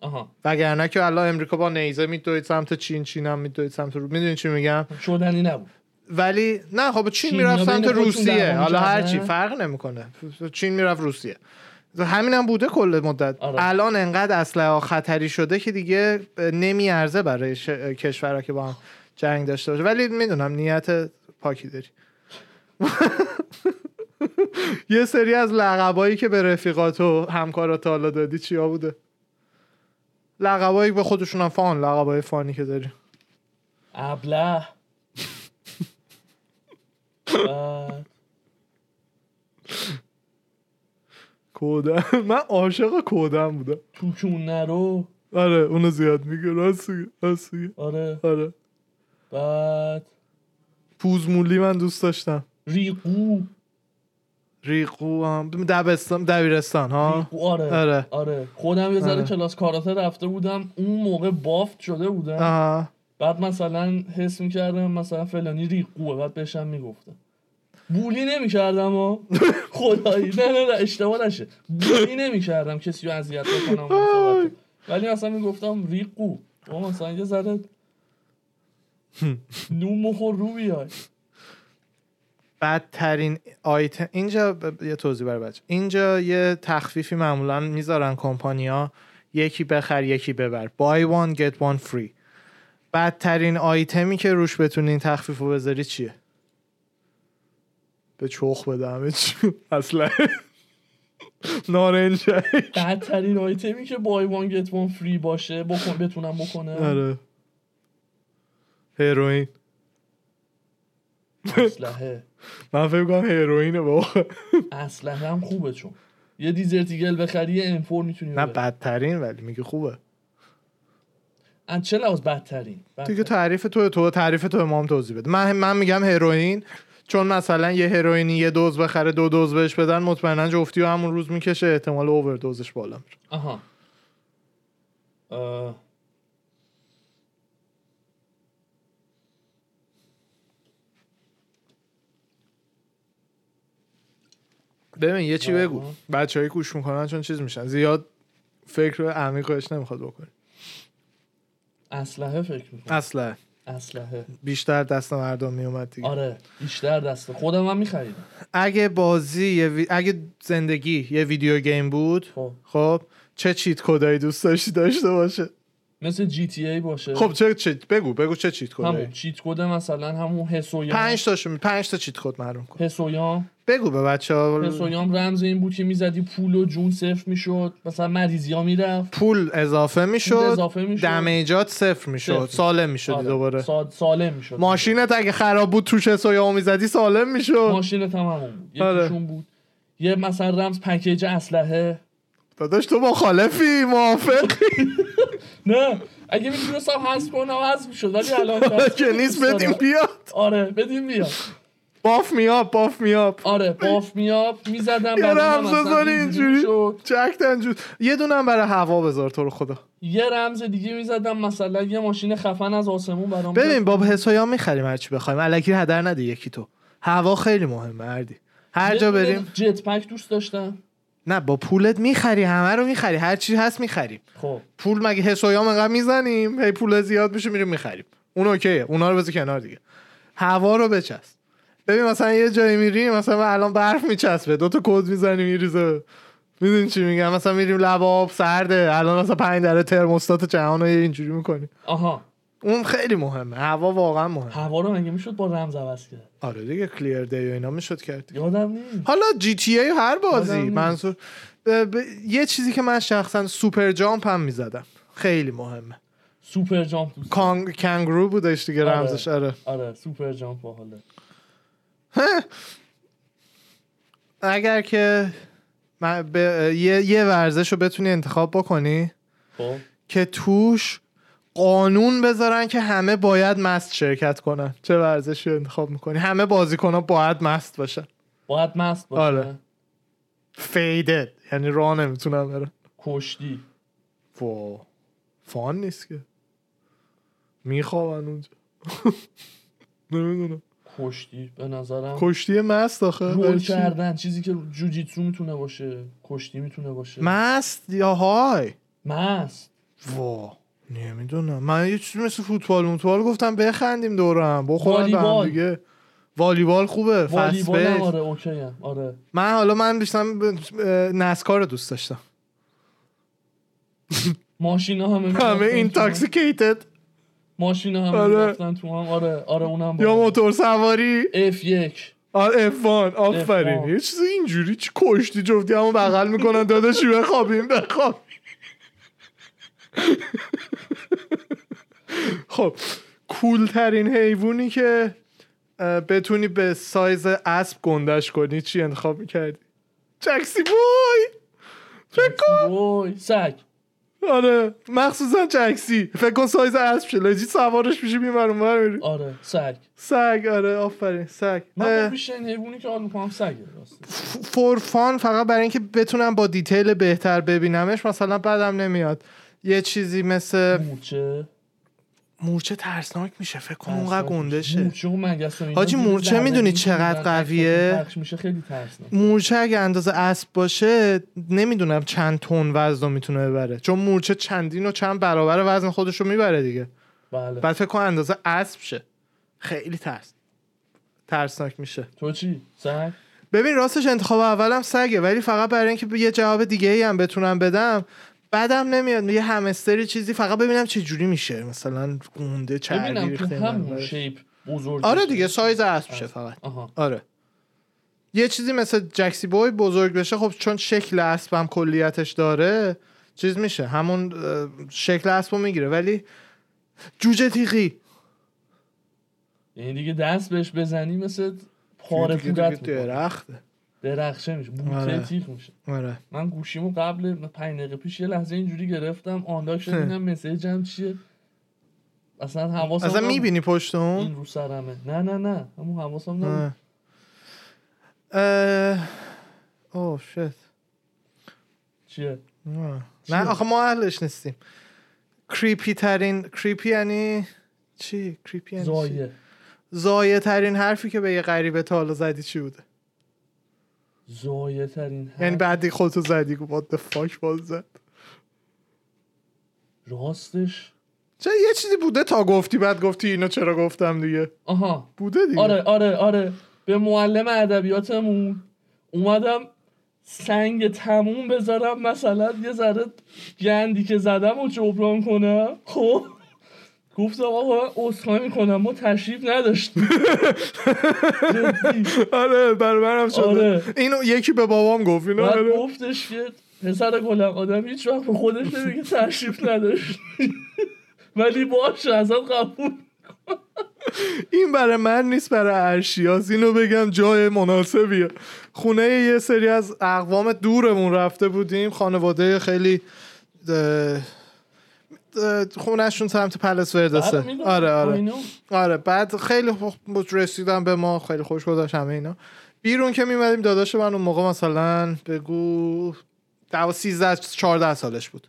B: آها
A: وگرنه که الله امریکا با نیزه میدوید سمت چین چین هم میدوید سمت رو میدونی چی میگم
B: شدنی نبود
A: ولی نه خب چین میرفت سمت روسیه حالا هر چی فرق نمیکنه چین میرفت روسیه همین هم بوده کل مدت
B: آره.
A: الان انقدر اسلحه خطری شده که دیگه نمیارزه برای ش... کشورها که با هم جنگ داشته باشه ولی میدونم نیت پاکی داری یه سری از لقبایی که به رفیقات و همکارات حالا دادی چیا بوده لقبایی به خودشون هم فان لقبای فانی که داری
B: ابله بعد
A: کودم من عاشق کودم بودم
B: تو کون نرو
A: آره اونو زیاد میگه راست میگه راست میگه
B: آره
A: آره
B: بعد
A: پوزمولی من دوست داشتم
B: ریقو
A: ریقو هم دبستان دبیرستان ها
B: ریقو آره
A: آره.
B: آره خودم یه ذره
A: آره.
B: کلاس کاراته رفته بودم اون موقع بافت شده بودم
A: آها
B: بعد مثلا حس میکردم مثلا فلانی ریقوه بعد بهشم میگفتم بولی نمیکردم و خدایی نه نه نه اشتباه نشه بولی نمیکردم کسی رو اذیت بکنم و مثلا. ولی مثلا میگفتم ریقو و مثلا یه ذره نون مخور رو بیای
A: بدترین آیتم اینجا ب- یه توضیح برای بچه اینجا یه تخفیفی معمولا میذارن کمپانیا یکی بخر یکی ببر buy one get one free بدترین آیتمی که روش بتونین تخفیف رو بذاری چیه به چخ بدم چی؟ اصلا نارنجک
B: بدترین آیتمی که بای وان گت وان فری باشه بکن بتونم بکنم
A: آره هیروین
B: اسلحه
A: من فکر کنم هیروینه بابا
B: اسلحه هم خوبه چون یه دیزرتیگل بخری یه امفور میتونی
A: نه بدترین ولی میگه خوبه
B: از چه لحاظ بدترین
A: دیگه تعریف تو تو تعریف تو امام توضیح بده من من میگم هروئین چون مثلا یه هروئینی یه دوز بخره دو دوز بهش بدن مطمئنا جفتی و همون روز میکشه احتمال اووردوزش بالا میره
B: آها اه.
A: ببین یه چی بگو
B: آها.
A: بچه‌ای گوش میکنن چون چیز میشن زیاد فکر عمیقش نمیخواد بکنی
B: اسلحه فکر میکنم
A: اصلا
B: اسلحه
A: بیشتر دست مردم میومد دیگه
B: آره بیشتر دسته خودم هم میخریدم
A: اگه بازی یه وی- اگه زندگی یه ویدیو گیم بود
B: خب.
A: خب چه چیت کدایی دوست داشتی داشته باشه
B: مثل جی تی ای باشه
A: خب چه چه بگو بگو چه چیت کدایی
B: همون چیت کد مثلا همون هسویام
A: پنج تاشو پنج تا چیت کد معلوم کن
B: هسویام
A: بگو به بچه ها
B: هسویام رمز این بود که میزدی پول و جون صفر میشد مثلا مریضی ها میرفت
A: پول اضافه
B: پول
A: میشد
B: اضافه میشد.
A: دمیجات صفر میشد
B: صفر.
A: سالم میشدی
B: آره.
A: دوباره
B: سا- سالم میشد
A: ماشینت اگه خراب بود توش سویا میزدی سالم میشد
B: ماشین تمام بود
A: آره.
B: یکیشون بود یه مثلا رمز پکیج اسلحه
A: داداش تو مخالفی موافقی
B: نه اگه میتونستم حذف کنم حذف میشد ولی الان که-
A: که نیست بدیم بیاد
B: آره بدیم بیا
A: باف میاب باف میاب
B: آره باف میاب میزدم
A: یه
B: بعد
A: رمز
B: مثلا
A: بذار اینجوری
B: شد.
A: چک تنجور یه دونم برای هوا بذار تو رو خدا
B: یه رمز دیگه میزدم مثلا یه ماشین خفن از آسمون برام بیاد.
A: ببین باب حسایا میخریم هرچی بخوایم الکی هدر نده یکی تو هوا خیلی مهمه مردی هر
B: یه
A: جا
B: دونه
A: بریم
B: جت پک دوست داشتم
A: نه با پولت میخری همه رو میخری هر چی هست میخریم
B: خب
A: پول مگه حسویام انقدر میزنیم هی پول زیاد میشه میریم میخریم اون اوکیه اونا رو بذار کنار دیگه هوا رو بچسب ببین مثلا یه جایی میریم مثلا الان برف میچسبه دو تا کد میزنی میریزه میدونی چی میگم مثلا میریم لب آب سرده الان مثلا 5 درجه ترموستات جهان رو یه اینجوری میکنی
B: آها
A: اون خیلی مهمه هوا واقعا مهمه
B: هوا رو مگه میشد با رمز عوض کرد
A: آره دیگه کلیر دی و اینا میشد کرد
B: یادم نیست
A: حالا جی تی ای هر بازی
B: آدم نیست.
A: منظور ب- ب- یه چیزی که من شخصا سوپر جامپ هم میزدم خیلی مهمه
B: سوپر جامپ دوست
A: کانگ... کنگرو بودش دیگه
B: آره.
A: رمزش آره
B: آره سوپر جامپ باحاله
A: اگر که من به- یه, یه ورزش رو بتونی انتخاب بکنی
B: خب
A: که توش قانون بذارن که همه باید مست شرکت کنن چه ورزشی رو انتخاب میکنی همه بازیکن ها باید مست باشن
B: باید مست باشه
A: آره. فیدد یعنی راه نمیتونن برن
B: کشتی
A: وا فان نیست که میخوابن اونجا نمیدونم
B: کشتی به نظرم
A: کشتی مست آخه
B: رول
A: برای چی؟
B: کردن چیزی که جوجیتسو میتونه باشه کشتی میتونه باشه
A: مست یا های
B: مست
A: وا نمیدونم من یه چیزی مثل فوتبال فوتبال گفتم بخندیم دورم بخورم به هم
B: والیبال.
A: دیگه والیبال خوبه فست
B: والیبال هم
A: بیس
B: آره اوکی هم. آره
A: من حالا من بیشتر ب- اه، نسکار رو دوست داشتم
B: ماشینا همه می‌رفتن
A: همه
B: تو هم.
A: اینتاکسیکیتد
B: ماشینا همه
A: آره.
B: رفتن تو هم آره آره اونم
A: یا موتور سواری
B: اف یک
A: آره F1 آفرین
B: F1.
A: یه چیز اینجوری چی کشتی جفتی همون بغل میکنن داداشی بخوابیم بخواب خب کول ترین حیوانی که اه، بتونی به سایز اسب گندش کنی چی انتخاب میکردی جکسی بوی فکر
B: وای سگ
A: کن آره مخصوصا جکسی فکر کن سایز اسب شه لجی سوارش میشی میبر اونور میری
B: آره سگ
A: سگ آره آفرین سگ
B: من خب
A: اه.
B: بیشتر این حیوانی که حال میکنم سگه راستی
A: فور فان فقط برای اینکه بتونم با دیتیل بهتر ببینمش مثلا بعدم نمیاد یه چیزی مثل
B: مورچه
A: مورچه ترسناک میشه فکر کن اونقدر
B: ترسناک میشه.
A: گونده
B: مورچه و مگس و اینا
A: حاجی،
B: دیدی
A: مورچه
B: زرنگی
A: میدونی
B: که
A: چقدر
B: می‌دونن عکس
A: قویه؟
B: پخش میشه خیلی ترسناک
A: مورچه اگه اندازه اسب باشه نمیدونم چند تن وزن رو میتونه ببره چون مورچه چندین و چند برابر وزن خودش رو میبره دیگه
B: بله
A: بعد فکر کن اندازه اسب شه خیلی ترس ترسناک میشه
B: تو چی سگ
A: ببین راستش انتخاب اولم سگه ولی فقط برای اینکه یه جواب دیگه ای هم بتونم بدم بعدم نمیاد یه همستری چیزی فقط ببینم چه جوری میشه مثلا گونده چربی
B: ببینم تو
A: ریخته
B: همون
A: اینور.
B: شیپ بزرگ
A: آره
B: بشه.
A: دیگه سایز اسب شه فقط
B: آها
A: آره یه چیزی مثل جکسی بوی بزرگ بشه خب چون شکل اسبم کلیتش داره چیز میشه همون اه، شکل اسبو میگیره ولی جوجه تیغی
B: یعنی دیگه دست بهش بزنی مثل پاره
A: دیگه-
B: پودت
A: دیگه
B: می‌کنه.
A: درخته
B: درخشه میشه بوته
A: آره.
B: تیخ میشه
A: آره
B: من گوشیمو قبل پنج دقیقه پیش یه لحظه اینجوری گرفتم آنلاک شد دیدم مسیجم چیه اصلا حواسم
A: اصلا
B: نبود.
A: میبینی پشت اون
B: این رو سرمه نه نه نه همون حواسم نبود
A: آه. اه، اوه شت
B: چیه
A: نه. نه آخه ما اهلش نیستیم کریپی ترین کریپی یعنی چی کریپی یعنی چی؟
B: زایه
A: زایه ترین حرفی که به یه غریبه تا حالا زدی چی بوده
B: زایه ترین حرف
A: یعنی بعدی خودتو زدی گفت what the fuck باز زد
B: راستش
A: چه یه چیزی بوده تا گفتی بعد گفتی اینو چرا گفتم دیگه
B: آها
A: بوده دیگه
B: آره آره آره به معلم ادبیاتمون اومدم سنگ تموم بذارم مثلا یه ذره گندی که زدم و جبران کنم خب گفتم آقا اصخایی میکنم ما تشریف نداشتیم جدی
A: آره برای منم شده
B: آره.
A: اینو یکی به بابام گفت اینو
B: بعد
A: آره.
B: گفتش که پسر گلم آدم هیچ وقت به خودش نمیگه تشریف نداشت ولی باشه ازم قبول
A: این برای من نیست برای ارشیاز اینو بگم جای مناسبیه خونه یه سری از اقوام دورمون رفته بودیم خانواده خیلی اه، اه، خونهشون سمت پلس وردسه
B: بعد خب، می‌گفت
A: آره آره
B: اینو
A: آره بعد خیلی خوب رسیدن به ما خیلی خوش گذشت همه اینا بیرون که میمدیم داداش من اون موقع مثلا بگو دو سیزده چارده سالش بود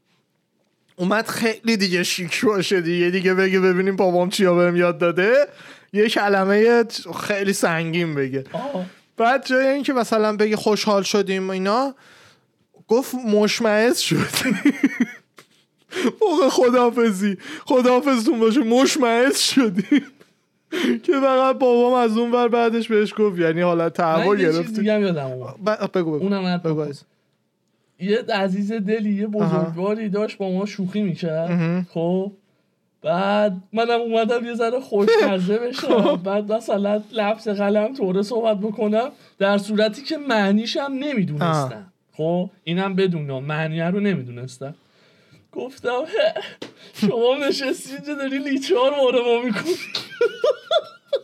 A: اومد خیلی دیگه شیک باشه دیگه دیگه بگه ببینیم بابام چیا بهم یاد داده یه کلمه خیلی سنگین بگه
B: آه،
A: بعد جای اینکه مثلا بگه خوشحال شدیم و اینا گفت مشمعز شد موقع خدافزی خدافزتون باشه مشمعز شدیم که فقط بابام از اون ور بعدش بهش گفت یعنی حالت
B: من
A: تحول
B: یه چیز
A: گرفتی
B: دیگه هم یادم اومد
A: ب- بگو بگو
B: اونم حد
A: بگو
B: بکن.
A: عزیز.
B: یه عزیز دلی یه بزرگواری داشت با ما شوخی میکرد خب بعد منم اومدم یه ذره خوشمزه بشم بعد مثلا لفظ قلم طوره صحبت بکنم در صورتی که معنیشم نمیدونستم خب اینم بدونم معنی رو نمیدونستم گفتم "هه، شما نشستی اینجا داری لیچار وارد ما میکنی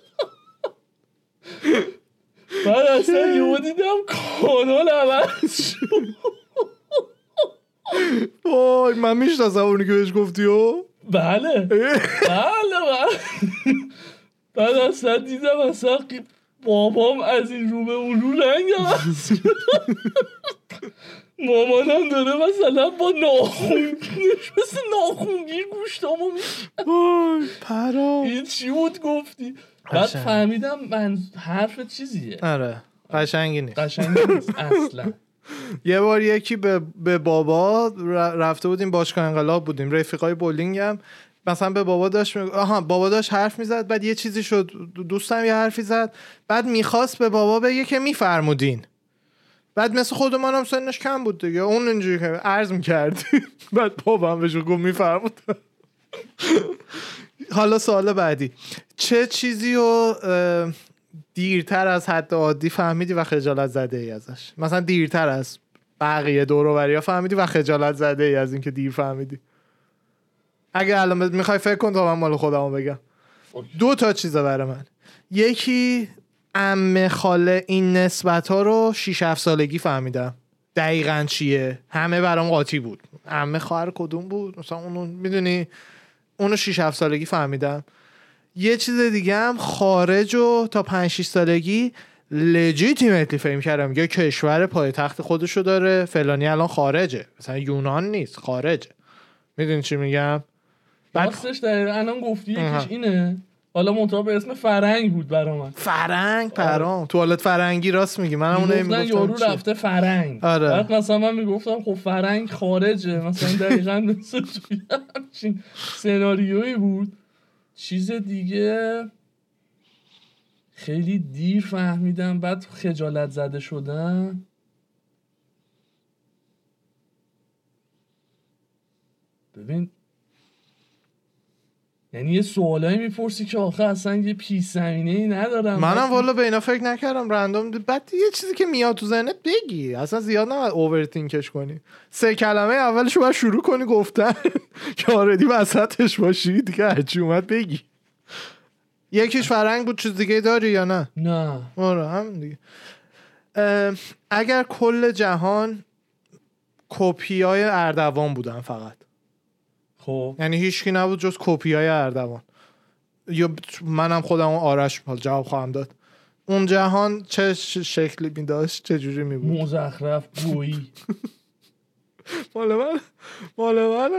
B: بعد اصلا یهو دیدم کانال عوض شد
A: وای من میشناسم اونی که بهش گفتی و
B: بله بله بله بعد اصلا دیدم اصلا قی- بابام از این رو به اون رو رنگ عوض شد. مامانم داره مثلا با ناخون مثل ناخونگیر گوشتامو می
A: وای پرام
B: این چی بود گفتی بعد
A: قشنگ.
B: فهمیدم من حرف چیزیه
A: آره قشنگی نیست
B: قشنگ نیست اصلا
A: یه بار یکی به, به بابا ر- رفته بودیم باشگاه انقلاب بودیم رفیقای بولینگم مثلا به بابا داشت می- آها بابا داشت حرف میزد بعد یه چیزی شد دو- دوستم یه حرفی زد بعد میخواست به بابا بگه که میفرمودین بعد مثل خود من هم سنش کم بود دیگه اون اینجوری که عرض میکرد بعد بابا هم بهش گفت میفرمود حالا سوال بعدی چه چیزی رو اه، دیرتر از حد عادی فهمیدی و خجالت زده ای ازش مثلا دیرتر از بقیه دور ها فهمیدی و خجالت زده ای از اینکه دیر فهمیدی اگه الان میخوای فکر کن تا من مال خودمو بگم
B: اوکی.
A: دو تا چیزه برای من یکی عمه خاله این نسبت ها رو 6 7 سالگی فهمیدم دقیقا چیه همه برام قاطی بود عمه خواهر کدوم بود مثلا اونو میدونی اونو 6 7 سالگی فهمیدم یه چیز دیگه هم خارج و تا 5 6 سالگی لجیتیمتلی فهم کردم یا کشور پایتخت خودشو داره فلانی الان خارجه مثلا یونان نیست خارجه میدونی چی میگم بعد
B: راستش دقیقا الان گفتی
A: آها.
B: یکیش اینه حالا منطقه به اسم فرنگ بود برا من
A: فرنگ پرام توالت فرنگی راست میگی من اون
B: گفتن یارو
A: نمیگفتم چی.
B: رفته فرنگ
A: آره.
B: بعد مثلا من میگفتم خب فرنگ خارجه مثلا دقیقا مثل توی همچین سناریویی بود چیز دیگه خیلی دیر فهمیدم بعد خجالت زده شدم ببین یعنی یه سوالایی میپرسی که آخه اصلا یه پیش زمینه ای ندارم
A: منم والا به اینا فکر نکردم رندوم دی- بعد یه چیزی که میاد تو ذهنت بگی اصلا زیاد نباید اوورتینکش کنی سه کلمه اولش رو باید شروع کنی گفتن که آردی وسطش باشی دیگه هرچی اومد بگی یکیش فرنگ بود چیز دیگه داری یا نه
B: نه
A: آره هم دیگه اه، اگر کل جهان کپی های اردوان بودن فقط
B: خب
A: یعنی هیچکی نبود جز کپی های اردوان یا ب- منم خودم و آرش حالا جواب خواهم داد اون جهان چه ش- شکلی می داشت چه جوری می بود
B: مزخرف گویی
A: مال من مال من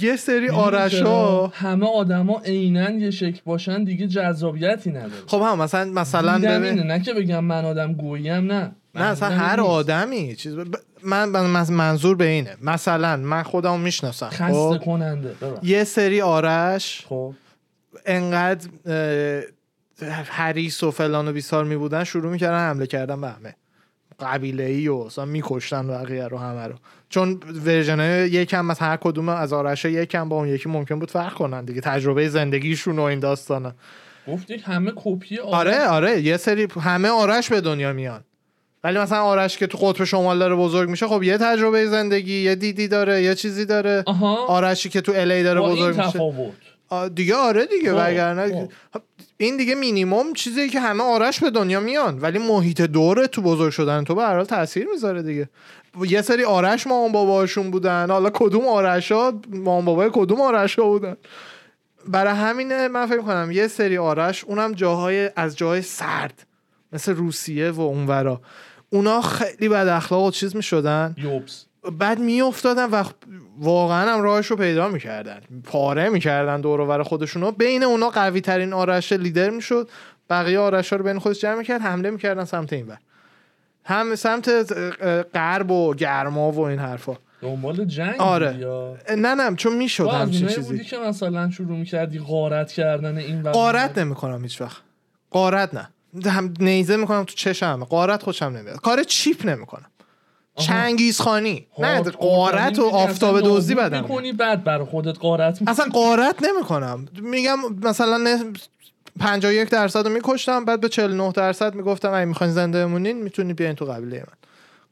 A: یه سری
B: می‌دونی چرا؟
A: آرشا
B: همه آدما عینا یه شکل باشن دیگه جذابیتی نداره
A: خب هم مثلا مثلا
B: دیدم
A: ببین
B: اینه نه که بگم من آدم گویی هم نه
A: نه اصلا
B: منظورم
A: هر
B: نیست.
A: آدمی چیز ب- ب- من من- منظور به اینه مثلا من خودم میشناسم خب؟
B: خسته کننده ببخش.
A: یه سری آرش
B: خب
A: انقدر اه، حریص و فلان و بیسار می بودن شروع میکردن حمله کردن به همه قبیله ای و اصلا میکشتن بقیه رو همه رو چون ورژن یکم از هر کدوم از آرش یکم با اون یکی ممکن بود فرق کنن دیگه تجربه زندگیشون و این داستانه
B: گفتی همه کپی آدم-
A: آره آره یه سری همه آرش به دنیا میان ولی مثلا آرش که تو قطب شمال داره بزرگ میشه خب یه تجربه زندگی یه دیدی داره یه چیزی داره
B: آها
A: آرشی که تو الی داره
B: با این
A: آره، بزرگ میشه
B: تفاوت
A: آ، دیگه آره دیگه
B: خب،
A: وگرنه این دیگه مینیموم چیزی که همه آرش به دنیا میان ولی محیط دوره تو بزرگ شدن تو به هر حال تاثیر میذاره دیگه یه سری آرش مامان باباشون بودن حالا کدوم آرش ها مامان بابای کدوم آرش ها بودن برای همینه من فکر کنم یه سری آرش اونم جاهای از جاهای سرد مثل روسیه و اونورا اونا خیلی بد اخلاق و چیز میشدن
B: یوبس
A: بعد میافتادن و خ- واقعا هم راهش رو پیدا میکردن پاره میکردن دور و بر خودشون رو. بین اونا قوی ترین آرش لیدر میشد بقیه آرش ها رو بین خودش جمع میکرد حمله میکردن سمت این بر هم سمت اه، غرب و گرما و این حرفا
B: دنبال جنگ
A: آره.
B: بودی یا
A: نه نه چون میشد
B: تو از
A: همچین
B: اونایی بودی
A: چیزی
B: که مثلا شروع میکردی غارت کردن این و
A: قارت نمیکنم هیچ وقت قارت نه هم نیزه میکنم تو چشم قارت خودشم نمیاد کار چیپ نمیکنم
B: آها.
A: چنگیز خانی نه
B: هارد کور
A: قارت
B: تمرین
A: و
B: می‌کنی،
A: آفتاب
B: خب، اصلا
A: دزدی
B: نابود
A: بدم میاد.
B: می‌کنی، بعد بر خودت غارت می‌کنی.
A: اصلا قارت نمیکنم میگم مثلا نه- 51 درصد رو میکشتم بعد به 49 درصد میگفتم اگه میخواین زنده بمونین میتونی بیاین تو قبیله من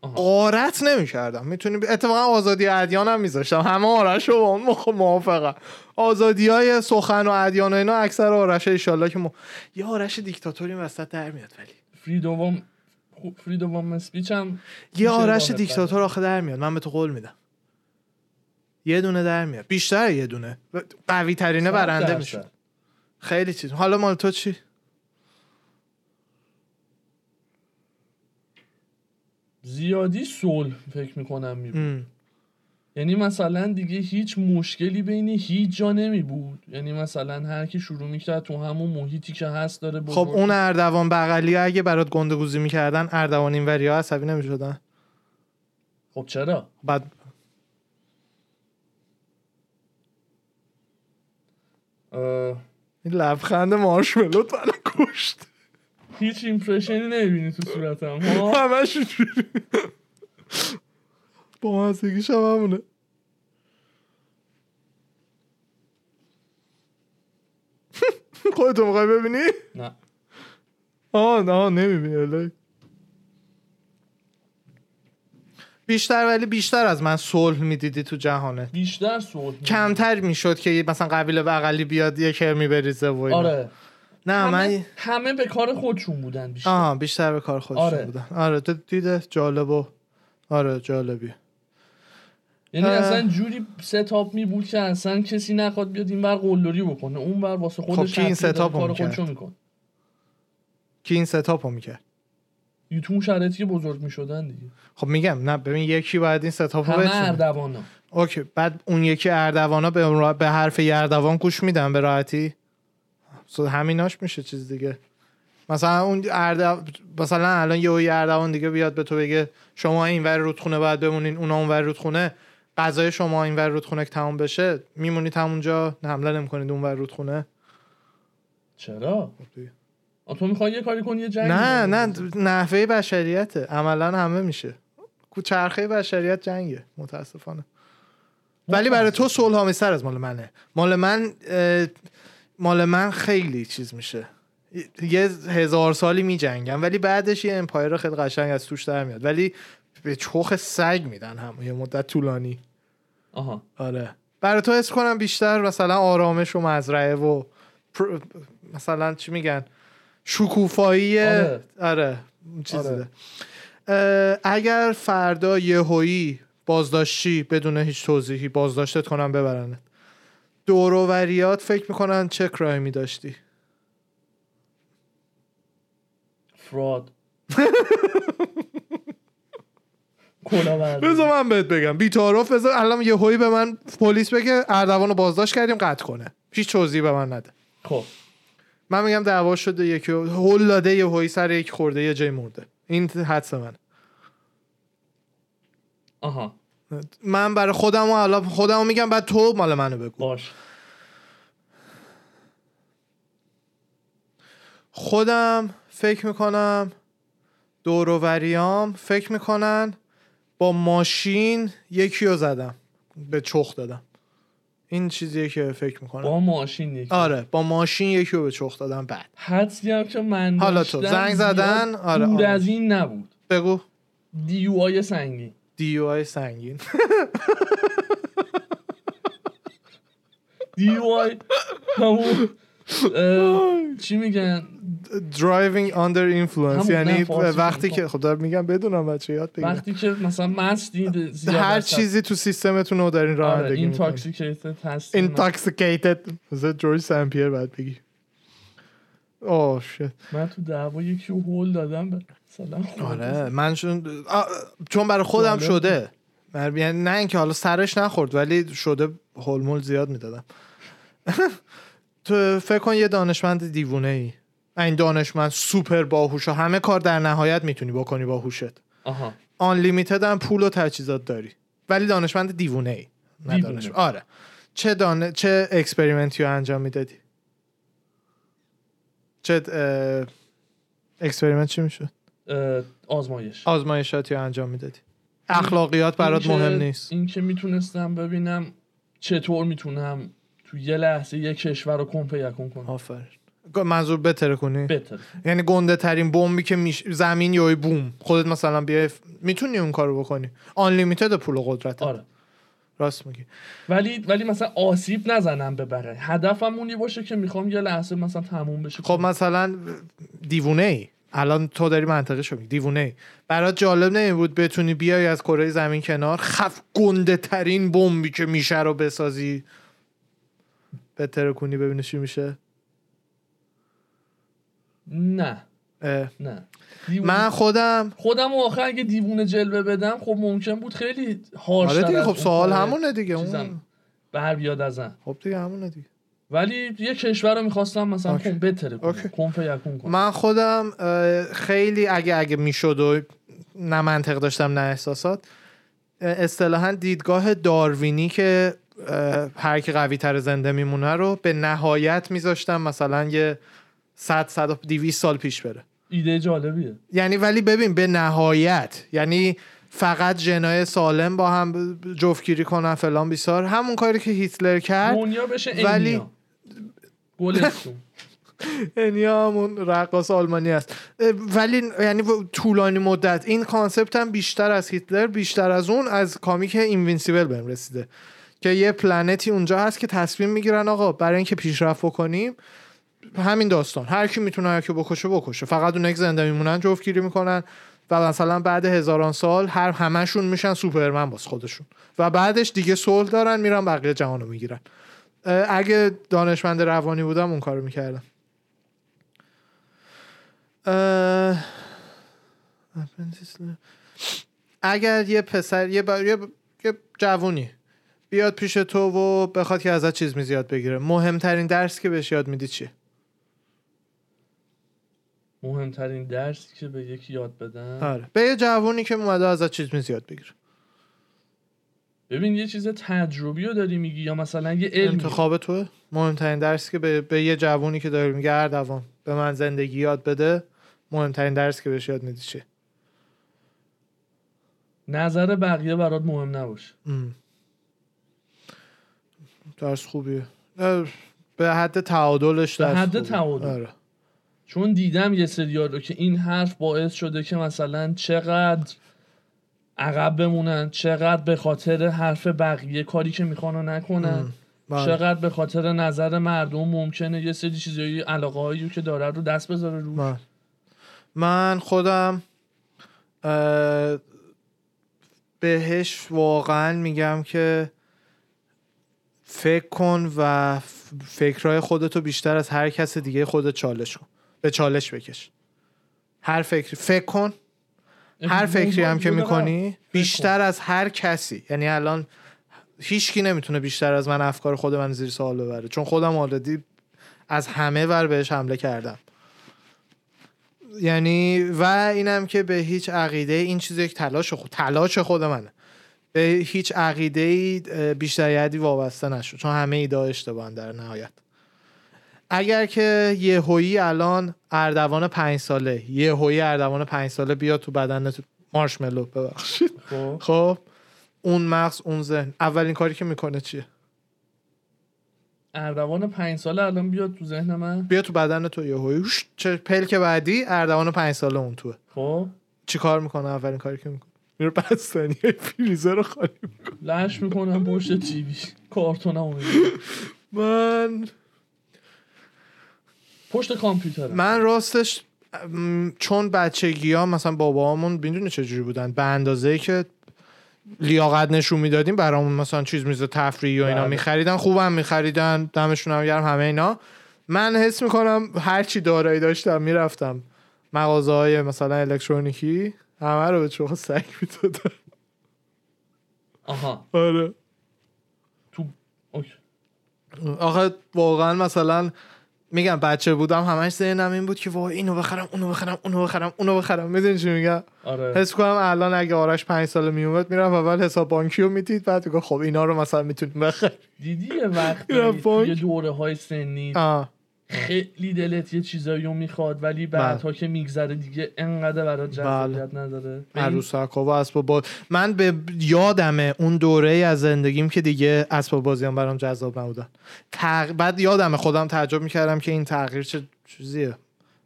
B: آها.
A: قارت نمیکردم میتونی بی... اتفاقا آزادی ادیان هم میذاشتم همه آرش رو با اون مخ- موافقم آزادی های سخن و ادیان و اینا اکثر آرشه ایشالله که م... یه آرش دیکتاتوری وسط در میاد ولی
B: فریدوم فریدم آف اسپیچ هم
A: یه آرش دیکتاتور آخه در میاد من به تو قول میدم یه دونه در میاد بیشتر یه دونه قوی ترینه برنده میشه خیلی چیز حالا مال تو چی
B: زیادی صلح فکر میکنم میبود یعنی مثلا دیگه هیچ مشکلی بین هیچ جا نمی بود یعنی مثلا هر کی شروع میکرد تو همون محیطی که هست داره
A: بزرگ خب اون اردوان بغلی اگه برات گندگوزی میکردن اردوان اینوری ها عصبی نمیشدن
B: خب چرا
A: بعد
B: اه...
A: این لبخند مارشملوت منو کشت
B: هیچ ایمپرشنی نمیبینی تو صورتم خب؟
A: همش با مزدگیش هم همونه خودتو میخوای ببینی؟
B: نه
A: آه نه نمیبینی بیشتر ولی بیشتر از من صلح میدیدی تو جهانه
B: بیشتر صلح
A: کمتر میشد که مثلا قبیله بغلی بیاد یه کرمی بریزه و اینا.
B: آره
A: نه
B: همه
A: من
B: همه به کار خودشون بودن بیشتر
A: آها بیشتر به کار خودشون
B: آره.
A: بودن آره تو دیده جالب و آره جالبی
B: یعنی
A: اه.
B: اصلا جوری ستاپ می بود که اصلا کسی نخواد بیاد این بر قلدری بکنه اون بر واسه خودش
A: خب کی این
B: حرفی داره،
A: ستاپ رو
B: کار
A: می‌کرد؟
B: خودشو میکن
A: که این ستاپ رو میکرد
B: یوتون شرایطی که بزرگ میشدن دیگه
A: خب میگم نه ببین یکی باید این ستاپ رو
B: همه
A: بچونه
B: اردوانا
A: اوکی بعد اون یکی اردوانا به, را- به حرف اردوان گوش میدن به راحتی سو- همیناش میشه چیز دیگه مثلا اون اردو... مثلا الان یه یه اردوان دیگه بیاد به تو بگه شما اینور رودخونه باید بمونین اونا اونور رودخونه غذای شما اینور رودخونه که تموم بشه میمونید همونجا حمله نمیکنید اونور رودخونه
B: چرا آه، تو میخوای یه کاری کنی یه جنگ
A: خب نه
B: کنی؟
A: نه د- نحوه بشریته عملا همه میشه کو- چرخه بشریت جنگه متاسفانه ولی برای تو صلح آمیزتر از مال منه مال من اه، مال من خیلی چیز میشه ی- یه هزار سالی میجنگم ولی بعدش یه امپایر خیلی قشنگ از توش در میاد ولی به چخ سگ میدن هم یه مدت طولانی
B: آها
A: آره برای تو حس کنم بیشتر مثلا آرامش و مزرعه و پر- مثلا چی میگن شکوفایی
B: آره.
A: آره چیز
B: آره.
A: ده. اه، اگر فردا یهویی بازداشتی بدون هیچ توضیحی بازداشتت کنم ببرنت دوروبریات فکر میکنن چه کرایمی داشتی
B: فراد کلاوردی
A: بذار من بهت بگم بیتارف بذار الان یهویی به من پلیس بگه اردوان رو بازداشت کردیم قطع کنه هیچ توضیحی به من نده
B: خب
A: من میگم دعوا شده یکی هول داده یه هوی سر یک خورده یه جای مرده این حدس من
B: آها
A: من برای خودم و حالا خودم رو میگم بعد تو مال منو بگو
B: باش
A: خودم فکر میکنم دورووریام فکر میکنن با ماشین یکی رو زدم به چخ دادم این چیزیه که فکر میکنم
B: با ماشین یکی
A: آره با ماشین یکی رو به چخ دادم بعد
B: حدسی هم که من
A: حالا تو،
B: داشتم
A: زنگ
B: زیاد
A: زدن؟ آره،
B: دور
A: آره.
B: از این نبود
A: بگو
B: دیو آی سنگین
A: دیو های سنگین
B: دیو آی همون اه، چی میگن
A: درایوینگ آندر اینفلوئنس
B: همون،
A: یعنی
B: نه، فارسی
A: وقتی
B: کن.
A: که خب دارم میگم بدونم بچه یاد بگیرم
B: وقتی که مثلا مستی زیاد
A: هر
B: هستن.
A: چیزی تو سیستمتون رو دارین
B: آره
A: رانندگی
B: این
A: میکنین
B: تاکسیکیتد هست
A: intoxicated مثل جورج سمپیر باید بگی اوه شت
B: من تو دعوا یکی رو هول دادم به مثلا خورده.
A: آره من چون آ، چون برای خودم
B: جالب.
A: شده بر- یعنی نه اینکه حالا سرش نخورد ولی شده هلمول زیاد میدادم تو فکر کن یه دانشمند دیوونه ای این دانشمند سوپر باهوش و همه کار در نهایت میتونی بکنی باهوشت
B: آها
A: آن هم پول و تجهیزات داری ولی دانشمند دیوونه ای نه
B: دیوونه.
A: دانش آره چه دانه چه اکسپریمنتی رو انجام میدادی چه اه، اکسپریمنت چی میشد
B: اه، آزمایش
A: آزمایشاتی رو انجام میدادی اخلاقیات برات
B: این که-
A: مهم نیست
B: این که میتونستم ببینم چطور میتونم تو یه لحظه یه کشور رو کن پیکن کنم
A: آفرین منظور بتره کنی
B: بهتر
A: یعنی گنده ترین بمبی که میش... زمین یا بوم خودت مثلا بیای ف- میتونی اون کارو بکنی آن پول و قدرت
B: آره
A: راست میگی
B: ولی ولی مثلا آسیب نزنم به بقیه هدفم اونی باشه که میخوام یه لحظه مثلا تموم بشه
A: خب مثلا دیوونه ای خب الان تو داری منطقه شو میگی دیوونه ای برات جالب نمی بود بتونی بیای از کره زمین کنار خف گنده ترین بمبی که میشه رو بسازی بتره کنی ببینی چی میشه
B: نه
A: اه.
B: نه دیوونه-
A: من خودم
B: خودم رو آخه اگه دیوونه جلوه بدم خب ممکن بود خیلی هاش
A: آره دیگه خب سوال همونه دیگه اون
B: چیزم. بر بیاد ازم
A: خب دیگه همونه دیگه
B: ولی یه کشور رو میخواستم مثلا
A: اوکی.
B: کم بتره
A: اوکی.
B: کنم کمپ یکون کنم
A: من خودم اه، خیلی اگه اگه میشد و نه منطق داشتم نه احساسات اه، اصطلاحا دیدگاه داروینی که اه، هر کی قوی تر زنده میمونه رو به نهایت میذاشتم مثلا یه 100 100 و 200 سال پیش بره
B: ایده جالبیه
A: یعنی ولی ببین به نهایت یعنی فقط جنای سالم با هم جفتگیری کنن فلان بیسار همون کاری که هیتلر کرد
B: دنیا بشه
A: ولی-
B: ولی گلستون
A: انیا یعنی همون رقاص آلمانی است اه، ولی یعنی و- طولانی مدت این کانسپت هم بیشتر از هیتلر بیشتر از اون از کامیک اینوینسیبل بهم رسیده که یه پلنتی اونجا هست که تصمیم میگیرن آقا برای اینکه پیشرفت بکنیم همین داستان هر کی میتونه هر کی بکشه بکشه فقط اون یک زنده میمونن جفتگیری میکنن و مثلا بعد هزاران سال هر همشون میشن سوپرمن باز خودشون و بعدش دیگه صلح دارن میرن بقیه جهانو میگیرن اگه دانشمند روانی بودم اون کارو میکردم اه، apprentice learn. اگر یه پسر یه, ب... یه, ب- یه جوونی بیاد پیش تو و بخواد که ازت چیز می زیاد بگیره مهمترین درس که بهش یاد میدی چیه
B: مهمترین درسی که به یکی یاد بدم
A: آره به یه جوونی که اومده ازت چیز می زیاد بگیره
B: ببین یه چیز تجربی رو داری میگی یا مثلا یه علمی
A: انتخاب توه مهمترین درس که به, به یه جوونی که داری میگه هر دوام به من زندگی یاد بده مهمترین درس که بهش یاد میدی چیه
B: نظر بقیه برات مهم نباشه
A: ام. درس خوبیه اه، به حد تعادلش
B: به
A: درس
B: حد
A: خوبیه.
B: تعادل.
A: آره.
B: چون دیدم یه سریال رو که این حرف باعث شده که مثلا چقدر عقب بمونن چقدر به خاطر حرف بقیه کاری که میخوان رو نکنن
A: بله.
B: چقدر به خاطر نظر مردم ممکنه یه سری چیزایی علاقه هایی که داره رو دست بذاره رو
A: من بله. من خودم اه، بهش واقعا میگم که فکر کن و ف- فکرهای خودتو بیشتر از هر کس دیگه خودت چالش کن به چالش بکش هر فکر فکر کن هر فکری هم که میکنی بیشتر از هر کسی یعنی الان هیچکی نمیتونه بیشتر از من افکار خود من زیر سوال ببره چون خودم آلردی از همه ور بهش حمله کردم یعنی و اینم که به هیچ عقیده این چیز یک تلاش خود تلاش خود منه به هیچ عقیده ای بیشتریتی وابسته نشد چون همه ایده اشتباهن در نهایت اگر که یهویی الان اردوان پنج ساله یهویی اردوان پنج ساله بیاد تو بدن تو مارشملو ببخشید
B: خب
A: خب اون مغز اون ذهن اولین کاری که میکنه چیه
B: اردوان پنج ساله الان بیاد تو ذهن من
A: بیا تو بدن تو یهویی هوش، چه پلک بعدی اردوان پنج ساله اون توه
B: خب
A: چی کار میکنه اولین کاری که میکنه میره بستنی فریزر رو خالی می‌کنه.
B: لش میکنم پشت تیوی کارتون هم
A: من
B: پشت کامپیوترم
A: من راستش م، چون بچگی ها مثلا بابامون میدونه چجوری بودن به اندازه که لیاقت نشون میدادیم برامون مثلا چیز میز تفریحی و اینا
B: بله.
A: میخریدن خوبم میخریدن دمشون هم گرم همه اینا من حس میکنم هرچی دارایی داشتم میرفتم مغازه های مثلا الکترونیکی همه رو به چوخ سگ میدادم
B: آها
A: آره
B: تو اوکی.
A: آخه واقعا مثلا میگم بچه بودم همش ذهنم این بود که وای اینو بخرم اونو بخرم اونو بخرم اونو بخرم میدونی چی میگم
B: آره
A: حس کنم الان اگه آرش پنج سال میومد میرفت اول حساب بانکی رو میدید بعد میگه خب اینا رو مثلا میتونیم بخریم
B: دیدی یه وقت
A: میرم بانک.
B: یه دوره های سنی
A: آه.
B: خیلی دلت یه چیزایی رو میخواد ولی
A: بله.
B: بعدها که میگذره دیگه انقدر برات جذابیت نداره به این-
A: عروسک ها و اسباب باز من به یادمه اون دوره از زندگیم که دیگه اسباب بازی هم برام جذاب نبودن تغ... بعد یادمه خودم تعجب میکردم که این تغییر چه چیزیه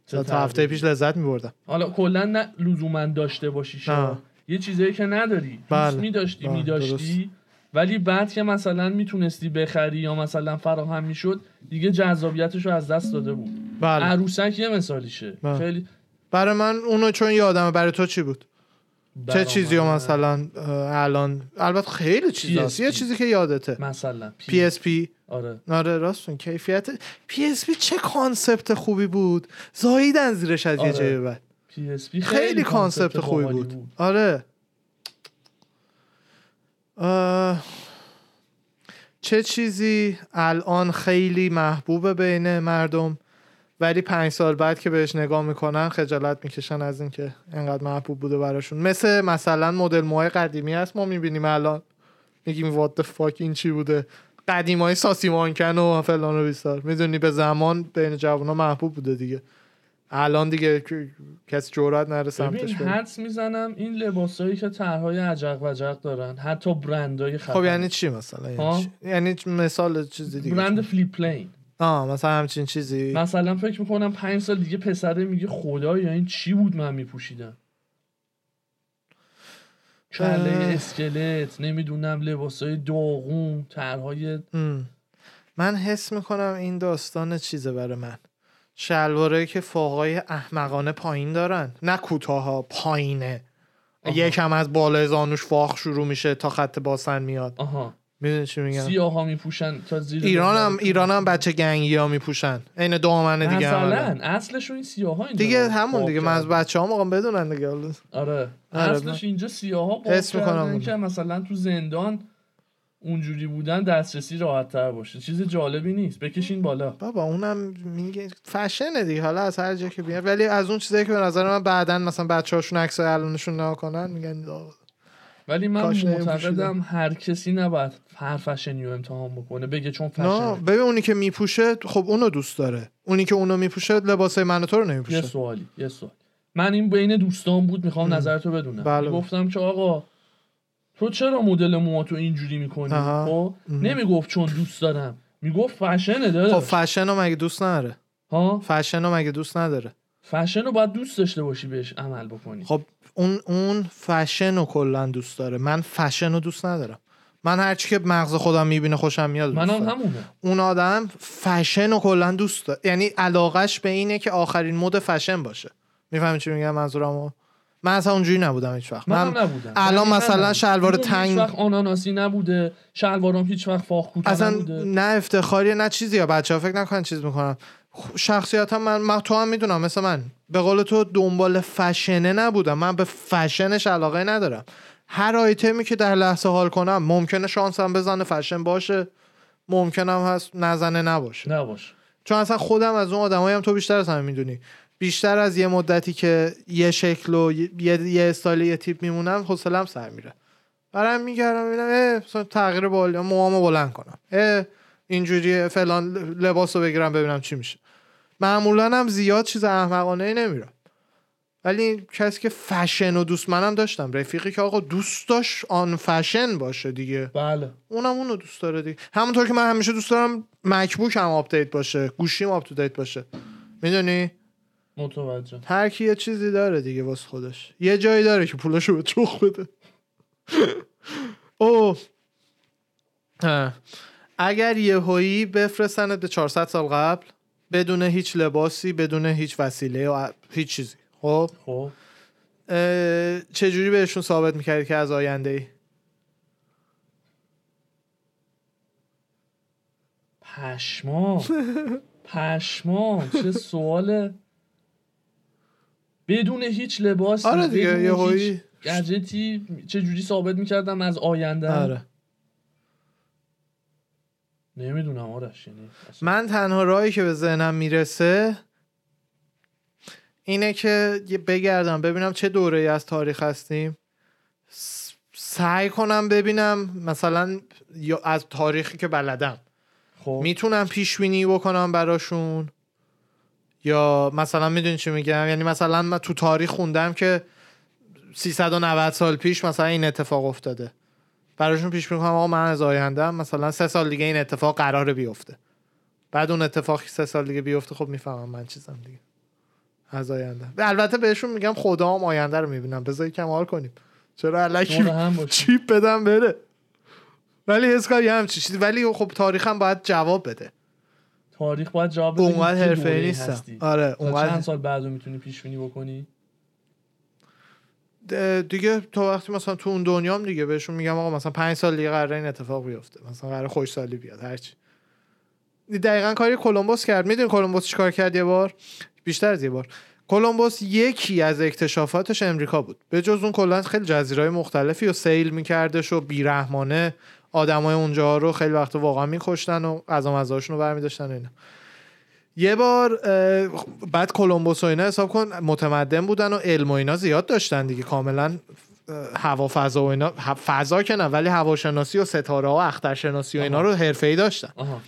B: چه
A: تا هفته
B: تغییری.
A: پیش لذت میبردم
B: حالا کلا نه لزوما داشته باشی شما
A: نه.
B: یه چیزایی که نداری
A: بله.
B: دوست میداشتی
A: بله،
B: میداشتی ولی بعد که مثلا میتونستی بخری یا مثلا فراهم میشد دیگه جذابیتش رو از دست داده بود
A: بله
B: عروسک یه مثالیشه
A: بله.
B: خیلی
A: برای من اونو چون یادمه برای تو چی بود چه چیزی رو مثلا اه، الان البته خیلی چیز هست
B: PSP.
A: یه چیزی که یادته
B: مثلا
A: پی اس پی
B: آره
A: آره راست میگی. کیفیت پی اس پی چه کانسپت خوبی بود زاییدن زیرش از یه
B: آره.
A: جایی به بعد
B: پی اس پی
A: خیلی, کانسپت خوبی
B: باحالی
A: بود. آره اه، چه چیزی الان خیلی محبوب بین مردم ولی پنج سال بعد که بهش نگاه میکنن خجالت میکشن از اینکه انقدر محبوب بوده براشون مثل مثلا مدل موهای قدیمی هست ما میبینیم الان میگیم وات فاک این چی بوده قدیم های ساسی مانکن و فلان و بیسار میدونی به زمان بین جوان محبوب بوده دیگه الان دیگه ک- کسی جرات نره
B: ببین
A: سمتش بره.
B: حدس میزنم این لباسایی که طرحهای عجق و عجق دارن حتی برندهای خفن
A: خب یعنی چی مثلا یعنی,
B: ها؟
A: چی؟ یعنی چ- مثال چیزی دیگه
B: برند فلیپ پلین
A: آه مثلا همچین چیزی
B: مثلا فکر میکنم پنج سال دیگه پسره میگه خدایا این چی بود من میپوشیدم کله
A: اه.
B: اسکلت نمیدونم لباسای داغون طرحهای
A: م. من حس میکنم این داستان چیزه برای من شلوارایی که فوقای احمقانه پایین دارن نه کوتاها پایینه
B: آها.
A: یکم از بالای زانوش فاق شروع میشه تا خط باسن میاد
B: آها
A: میدونی چی میگم
B: سیاها میپوشن تا زیر
A: ایران هم
B: دنبال.
A: ایران هم بچه گنگی ها میپوشن عین دامنه دیگه عملاً.
B: مثلا اصلشون این سیاها اینجا خب،
A: دیگه
B: رو
A: همون
B: باب
A: دیگه من از
B: کردن.
A: بچه ها موقع بدونن دیگه حالا.
B: آره
A: آره،
B: اصلش اینجا سیاها باب
A: حس می‌کنم
B: کردن
A: اون.
B: که مثلا تو زندان اونجوری بودن دسترسی راحت تر باشه چیز جالبی نیست بکشین بالا
A: بابا اونم میگه فشنه دیگه حالا از هر جا که بیاد ولی از اون چیزایی که به نظر من بعدا مثلا بچه‌هاشون عکسای الانشون نگاه کنن میگن آقا،
B: ولی من
A: کاش
B: معتقدم
A: نمی‌پوشیدم.
B: هر کسی نباید هر فشنی رو امتحان بکنه بگه چون
A: نه
B: فشن
A: ببین اونی که میپوشه خب اونو دوست داره اونی که اونو میپوشه لباسای من و تو رو
B: یه
A: نمیپوشه
B: سوالی یه سوال من این بین دوستان بود میخوام نظرتو بدونم
A: بله.
B: گفتم که آقا تو چرا مدل موهاتو اینجوری میکنی
A: آها.
B: خب نمیگفت چون دوست دارم میگفت فشنه
A: خب
B: داره
A: فشن رو مگه دوست نداره
B: ها
A: فشن رو مگه دوست نداره
B: فشن رو باید دوست داشته باشی بهش عمل بکنی
A: خب اون اون فشن رو کلا دوست داره من فشن رو دوست ندارم من هرچی که مغز خودم میبینه خوشم میاد دوست
B: منم
A: دارم.
B: همونه
A: اون آدم فشن رو کلا دوست داره یعنی علاقش به اینه که آخرین مد فشن باشه میفهمی چی میگم منظورمو من اصلا اونجوری نبودم هیچ وقت
B: منم
A: من,
B: نبودم
A: الان
B: دقیقاً
A: مثلا
B: نبودم.
A: شلوار
B: هیچ
A: تنگ-
B: وقت آناناسی نبوده شلوارم هیچ وقت فاخ کوتاه
A: اصلا
B: نبوده
A: نه افتخاری نه چیزی یا بچه ها فکر نکنن چیز میکنم شخصیت هم من, من تو هم میدونم مثل من به قول تو دنبال فشنه نبودم من به فشنش علاقه ندارم هر آیتمی که در لحظه حال کنم ممکنه شانسم بزنه فشن باشه ممکنم هست نزنه نباشه
B: نباش
A: چون اصلا خودم از اون آدمایی هم تو بیشتر از همه میدونی بیشتر از یه مدتی که یه شکل و یه, یه استایل یه تیپ میمونم حوصلم سر میره برم میگردم میبینم اه مثلا تغییر بالا موامو بلند کنم اه اینجوری فلان لباس رو بگیرم ببینم چی میشه معمولا هم زیاد چیز احمقانه ای نمیرم ولی کسی که فشن و دوست منم داشتم رفیقی که آقا دوست داشت آن فشن باشه دیگه
B: بله
A: اونم اونو دوست داره دیگه همونطور که من همیشه دوست دارم مکبوک هم آپدیت باشه گوشیم آپدیت باشه میدونی
B: متوجه
A: هر کی یه چیزی داره دیگه واسه خودش یه جایی داره که پولاشو به چخ بده او اه. اگر یهویی بفرستنت به 400 سال قبل بدون هیچ لباسی بدون هیچ وسیله و هیچ چیزی خب
B: خب
A: اه، چجوری بهشون ثابت میکردی که از آینده ای
B: پشما پشما چه سواله بدون هیچ لباسی
A: آره دیگه،
B: بدون
A: یهویی.
B: هیچ گجتی چه جوری ثابت میکردم از آینده
A: آره
B: نمیدونم آرش یعنی اصلا.
A: من تنها راهی که به ذهنم میرسه اینه که یه بگردم ببینم چه دوره از تاریخ هستیم س- سعی کنم ببینم مثلا یا از تاریخی که بلدم
B: خب
A: میتونم پیش بینی بکنم براشون یا مثلا میدونی چی میگم یعنی مثلا من تو تاریخ خوندم که 390 سال پیش مثلا این اتفاق افتاده براشون پیش بینی کنم آقا من از آیندم مثلا سه سال دیگه این اتفاق قراره بیفته بعد اون اتفاقی سه سال دیگه بیفته خب میفهمم من چیزم دیگه از آینده البته بهشون میگم خدا هم آینده رو میبینم بذار یکم حال کنیم چرا علکی
B: دور هم باشه
A: چیپ بدم بره ولی حس کنم یه همچین چیزی ولی خب تاریخم باید جواب بده
B: تاریخ باید جواب
A: به عنوان حرفه‌ای نیستم
B: هستی
A: آره
B: تا چند
A: اونقدر
B: سال بعد رو میتونی پیش بینی بکنی
A: د- دیگه تو وقتی مثلا تو اون دنیام دیگه بهشون میگم آقا مثلا پنج سال دیگه قراره این اتفاق بیفته مثلا قراره خوشسالی بیاد هرچی دقیقا کاری کلمبوس کرد میدونی کلمبوس چیکار کرد یه بار بیشتر از یه بار کلمبوس یکی از اکتشافاتش امریکا بود به جز اون کلا خیلی جزیرهای مختلفی و سیل میکردش و بیرحمانه آدمای اونجا رو خیلی وقت واقعا میکشتن و از مزاشون رو برمیداشتن و اینا یه بار اه، بعد کلمبوس و اینا حساب کن متمدن بودن و علم و اینا زیاد داشتن دیگه کاملا اه، هوا فضا و اینا ه- فضا که نه ولی هواشناسی و ستاره ها اخترشناسی و اینا رو حرفه‌ای داشتن
B: آها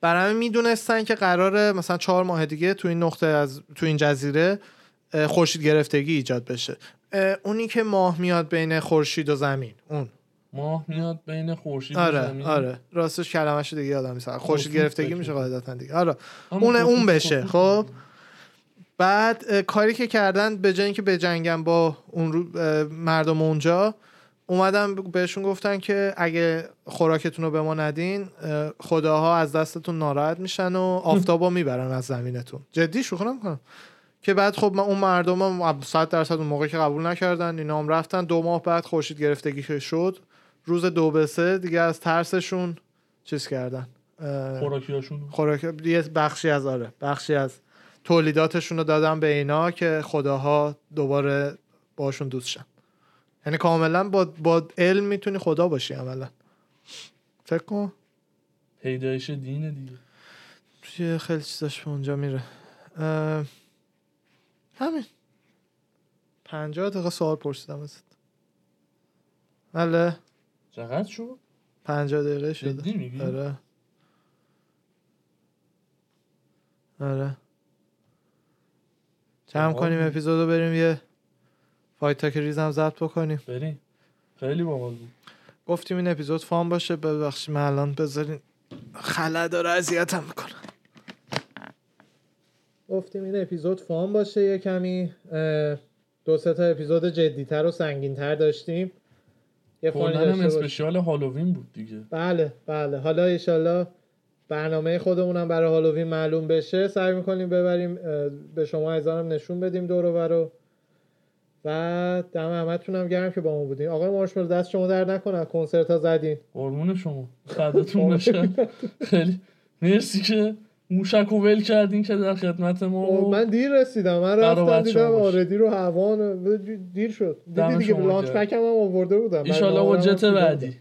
A: برای همین میدونستن که قراره مثلا چهار ماه دیگه تو این نقطه از تو این جزیره اه، خورشید گرفتگی ایجاد بشه اه، اونی که ماه میاد بین خورشید و زمین اون
B: ماه میاد بین خورشید و زمین. خب،
A: آره آره راستش کلمش دیگه یادم نیست خورشید
B: خورشید
A: گرفتگی
B: فکر
A: میشه
B: می‌کنم.
A: قاعدتا دیگه آره
B: اما
A: اون
B: خورشید
A: اون بشه
B: خورشید.
A: خب بعد اه، کاری که کردن به جای اینکه بجنگن با اون رو اه، مردم اونجا اومدن ب- بهشون گفتن که اگه خوراکتون رو به ما ندین اه، خداها از دستتون ناراحت میشن و آفتاب رو میبرن از زمینتون جدی شوخی نمیکنم که بعد خب من اون مردم هم 100 درصد اون موقع که قبول نکردن اینا هم رفتن دو ماه بعد خورشید گرفتگی که شد روز دو به سه دیگه از ترسشون چیز کردن اه،
B: خوراکیاشون رو.
A: خوراک یه بخشی از آره بخشی از تولیداتشون رو دادن به اینا که خداها دوباره باشون دوست شن یعنی کاملا با, با علم میتونی خدا باشی عملا فکر کن
B: پیدایش دینه دیگه
A: توی خیلی چیزاش به اونجا میره اه، همین پنجاه دقیقه سوال پرسیدم ازت بله
B: چقدر شد
A: پنجاه دقیقه شده
B: جدی میگی
A: آره آره جمع
B: جواب
A: کنیم
B: میدی.
A: اپیزودو بریم یه فایت تاک ریزم ضبط بکنیم
B: بریم خیلی باحال بود
A: گفتیم این اپیزود فان باشه ببخشید من الان بذارین خلا داره اذیتم میکنه گفتیم این اپیزود فان باشه یه کمی اه، دو سه تا اپیزود جدیتر و سنگینتر داشتیم یه فانی
B: کلاً هم
A: داشته باشیم.
B: اسپشیال هالووین بود دیگه
A: بله بله حالا ایشالله برنامه خودمونم برای هالووین معلوم بشه سعی میکنیم ببریم اه، به شما عزیزانم نشون بدیم دور و برو و دم همتونم گرم که با ما بودین آقای مارشمل دست شما در نکنه کنسرت ها زدین
B: قربون شما
A: آره.
B: فداتون بشم خیلی مرسی که موشک و ول کردین که در خدمت ما
A: خب،
B: و
A: من دیر رسیدم من
B: برابر
A: رفتم
B: شما
A: دیدم
B: باشه.
A: آردی رو هوان دیر شد دیدی
B: دم
A: دیگه
B: شما
A: لانچ
B: گرم.
A: پکم هم آورده بودم
B: ایشالله با
A: برنامه‌ام هم
B: جت
A: دیده
B: بعدی
A: بودم.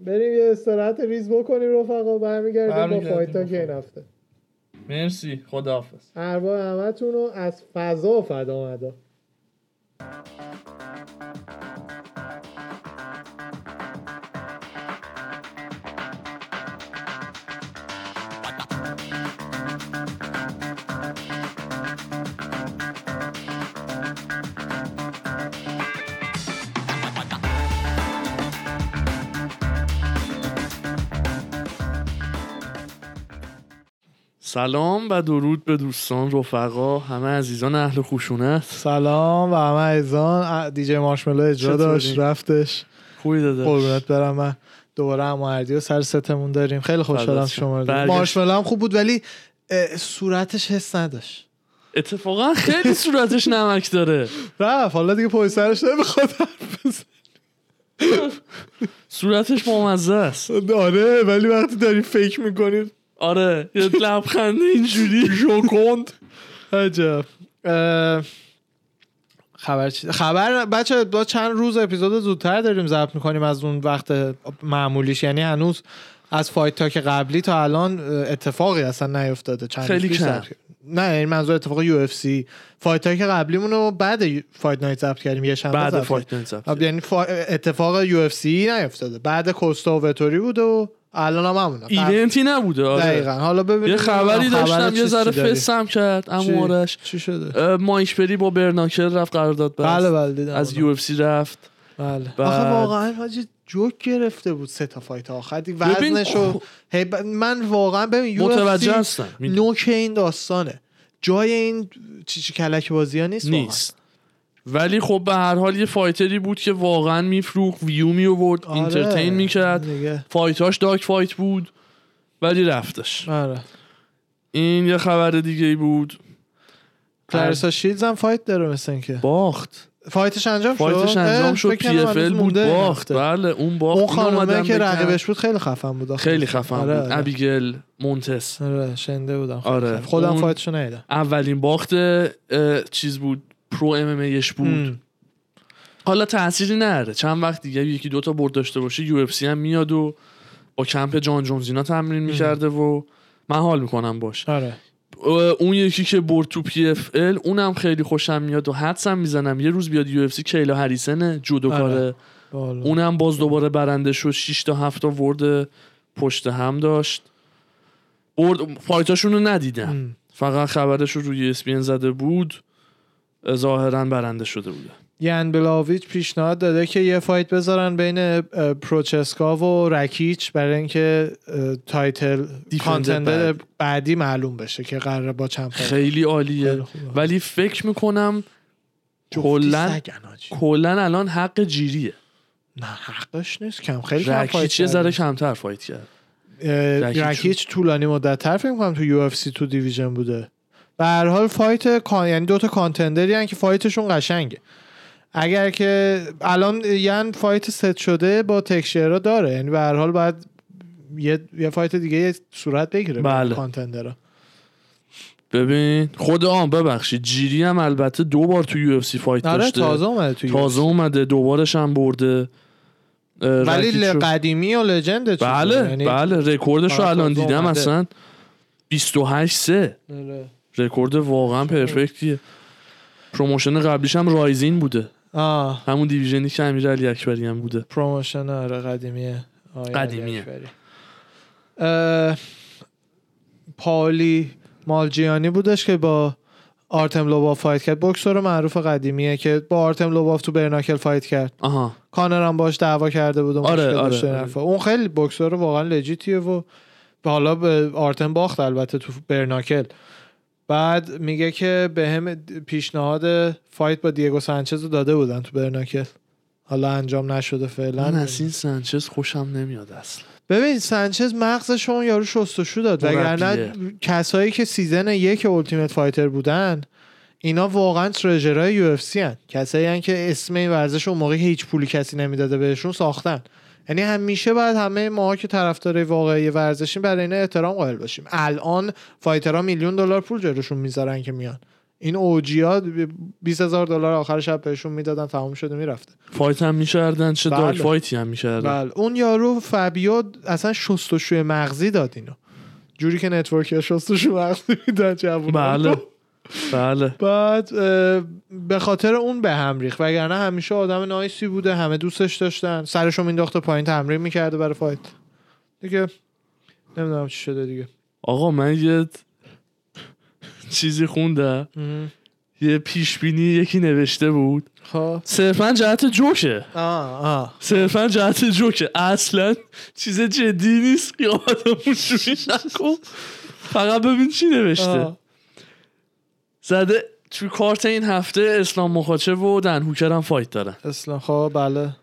A: بریم یه استراحت ریز بکنیم رفقا برمیگردیم با
B: برمیگردیم
A: فایت
B: با
A: که این
B: فایت.
A: هفته
B: مرسی خداحافظ
A: ارواح همتون رو از فضا فدا مدار
B: سلام و درود به دوستان رفقا همه عزیزان اهل خشونت
A: سلام و همه عزیزان دیجی مارشملو اجرا
B: چطوری؟
A: داشت رفتش
B: خوبی داده
A: قربونت برم من دوباره هم اردی و سر ستمون داریم خیلی خوشحالم
B: فدات شم.
A: شما رو دیدم.
B: برگشت.
A: مارشملو هم خوب بود ولی اه، صورتش حس نداشت
B: اتفاقا خیلی صورتش نمک داره
A: رفت حالا دیگه پای سرش نمیخواد حرف بزنه.
B: صورتش بامزه است
A: آره ولی وقتی داری فکر میکنی
B: آره یه لبخنده اینجوری
A: جوکند عجب اه، خبر چی؟ خبر بچه با چند روز اپیزود زودتر داریم ضبط میکنیم از اون وقت معمولیش یعنی هنوز از فایت تاک قبلی تا الان اه، اتفاقی اصلا نیفتاده چند روز
B: خیلی
A: پیش
B: کم.
A: ضبط- نه یعنی منظور اتفاق یو اف سی فایت تاک قبلیمون رو بعد فایت نایت ضبط کردیم یه شنبه
B: بعد
A: ضبط
B: فایت نایت ضبط
A: کردیم. یعنی فا- اتفاق یو اف سی نیفتاده بعد کوستا و وتوری بود و الان هم همونه قبل-
B: ایونتی نبوده آره
A: دقیقاً حالا ببینیم
B: یه خبری
A: خبر
B: داشتم یه
A: چیز
B: ذره
A: چی داری؟
B: فسم کرد اما آرش
A: چی شده
B: اه، مایش بری با برناکل رفت قرارداد بست
A: بله بله دیدم
B: از
A: اونو.
B: یو اف سی رفت
A: بله
B: بعد-
A: آخه واقعا حاجی جوک گرفته بود سه تا فایت آخر دی
B: ببین، خب.
A: وزنشو هی ب- من واقعا ببین
B: متوجه
A: UFC
B: هستم می‌دونم.
A: نوک این داستانه جای این چی چی کلک بازی ها نیست
B: نیست ولی خب به هر حال یه فایتری بود که واقعا میفروخت ویو میورد
A: واقعاً. آره،
B: اینترتین میکرد
A: دیگه.
B: فایتاش داک فایت بود ولی رفتش
A: آره
B: این یه خبر دیگه ای بود
A: کلارسا شیلز هم فایت داره مثل اینکه
B: باخت
A: فایتش انجام شد
B: فایتش انجام
A: اه،
B: شد
A: فکر
B: پی
A: کنم هنوز
B: اف ال بود
A: مونده این
B: باخت
A: هفته.
B: بله اون باخت
A: اون
B: این اومدن
A: خانومه که
B: بگن-
A: رقیبش بود خیلی خفن بود آخه.
B: خیلی خفن
A: آره،
B: بود
A: آره.
B: ابیگل مونتس
A: آره شنده بودم
B: آره.
A: خودم
B: اون-
A: فایتشو ندیدم
B: اولین باخت اه، چیز بود پرو ام ام ایش بود
A: مم.
B: حالا تأثیری نره چند وقت دیگه یکی دوتا برد داشته باشه یو اف سی هم میاد و با کمپ جان جونز اینا تمرین میکرده و من حال میکنم باش
A: آره
B: اه، اون یکی که برد تو پی اف ال اونم خیلی خوشم میاد و حدسم میزنم یه روز بیاد یو اف سی کیلا هریسن جودوکاره
A: آره. بالا.
B: اونم باز دوباره برنده شد 6 تا 7 تا ورد پشت هم داشت برد فایتاشون رو ندیدم
A: مم.
B: فقط خبرش رو روی E ESPN زده بود ظاهرا برنده شده بوده
A: یان بلاویچ پیشنهاد داده که یه فایت بذارن بین اه، پروچسکا و رکیچ برای اینکه اه، تایتل کانتندر
B: بعد.
A: بعدی معلوم بشه که قراره با چند فایت
B: خیلی
A: خیلی
B: عالیه
A: خوبه.
B: ولی فکر میکنم
A: جفتی
B: کلا
A: سگن حاجی.
B: کلا الان حق جیریه
A: نه حقش نیست کم خیلی کم فایت
B: رکیچ یه ذره
A: کرده.
B: کمتر فایت کرد
A: اه،
B: رکیچ رو-
A: رکیچ طولانی مدت تر فکر کنم تو یو اف سی تو دیویژن بوده به هر حال فایت کان یعنی دوتا کانتندری هن که فایتشون قشنگه اگر که الان یعنی فایت ست شده با تکشیرا داره یعنی به هر حال باید یه, یه فایت دیگه یه صورت بگیره
B: بله.
A: بین کانتندرا
B: ببین خود آن ببخشید جیری هم البته دو بار تو یو اف سی فایت
A: آره
B: داشته
A: تازه اومده تو
B: تازه اومده دوبارش هم برده اه،
A: ولی
B: رکیچ
A: ل-
B: رو-
A: قدیمی و لجند چیزه.
B: بله
A: یعنی-
B: بله رکوردش رو
A: آره،
B: الان
A: تازه
B: دیدم
A: اومده.
B: اصلا 28 سه
A: آره.
B: رکورد واقعا پرفکتیه پروموشن قبلیش هم رایزین بوده
A: آه
B: همون دیویژنی که امیر علی اکبری هم بوده
A: پروموشن آره قدیمیه آقای
B: قدیمیه.
A: علی اکبری. اه، پالی مالجیانی بودش که با آرتم لوباف فایت کرد بکسور معروف قدیمیه که با آرتم لوباف تو برناکل فایت کرد
B: آها
A: کانر هم باش دعوا کرده بود و
B: آره،
A: مشکل
B: آره،
A: داشت و این
B: آره.
A: حرفا. اون خیلی بکسور واقعا لجیتیه و حالا به آرتم باخت البته تو برناکل بعد میگه که به هم پیشنهاد فایت با دیگو سانچز رو داده بودن تو برناکل حالا انجام نشده
B: من
A: فعلا
B: از این سانچز خوشم نمیاد اصلا
A: ببین سانچز مغزش اون یارو شستشو داد
B: مربیه.
A: وگرنه کسایی که سیزن یک التیمت فایتر بودن اینا واقعا ترژرهای یو اف سی هن کسایی هن که اسم این ورزش اون موقع که هیچ پولی کسی نمیداده بهشون ساختن یعنی همیشه باید همه ما که طرفدار واقعی ورزشیم برای اینا احترام قائل باشیم الان فایترها میلیون دلار پول جلوشون میذارن که میان این اوجیا 20 هزار دلار آخر شب بهشون میدادن تمام شده میرفته
B: فایت هم میشردن چه
A: بله.
B: دارک فایتی هم میشردن
A: بله اون یارو فابیو اصلا شستشوی مغزی داد اینو جوری که نتورکی ها شستشوی مغزی میدن جوون
B: بله بله
A: بعد اه، به خاطر اون به هم ریخت وگرنه همیشه آدم نایسی بوده همه دوستش داشتن سرشو مینداخته پایین تمرین میکرده برای فایت دیگه نمیدونم چی شده دیگه
B: آقا من یه چیزی خوندم یه پیش بینی یکی نوشته بود
A: خب
B: صرفا جهت جوکه
A: آه آه
B: صرفا جهت جوکه اصلا چیز جدی نیست قیامتمون شوی نکن فقط ببین چی نوشته
A: آه.
B: زده تو کارت این هفته اسلام مخاچه و دن هوکر هم فایت دارن
A: اسلام خب بله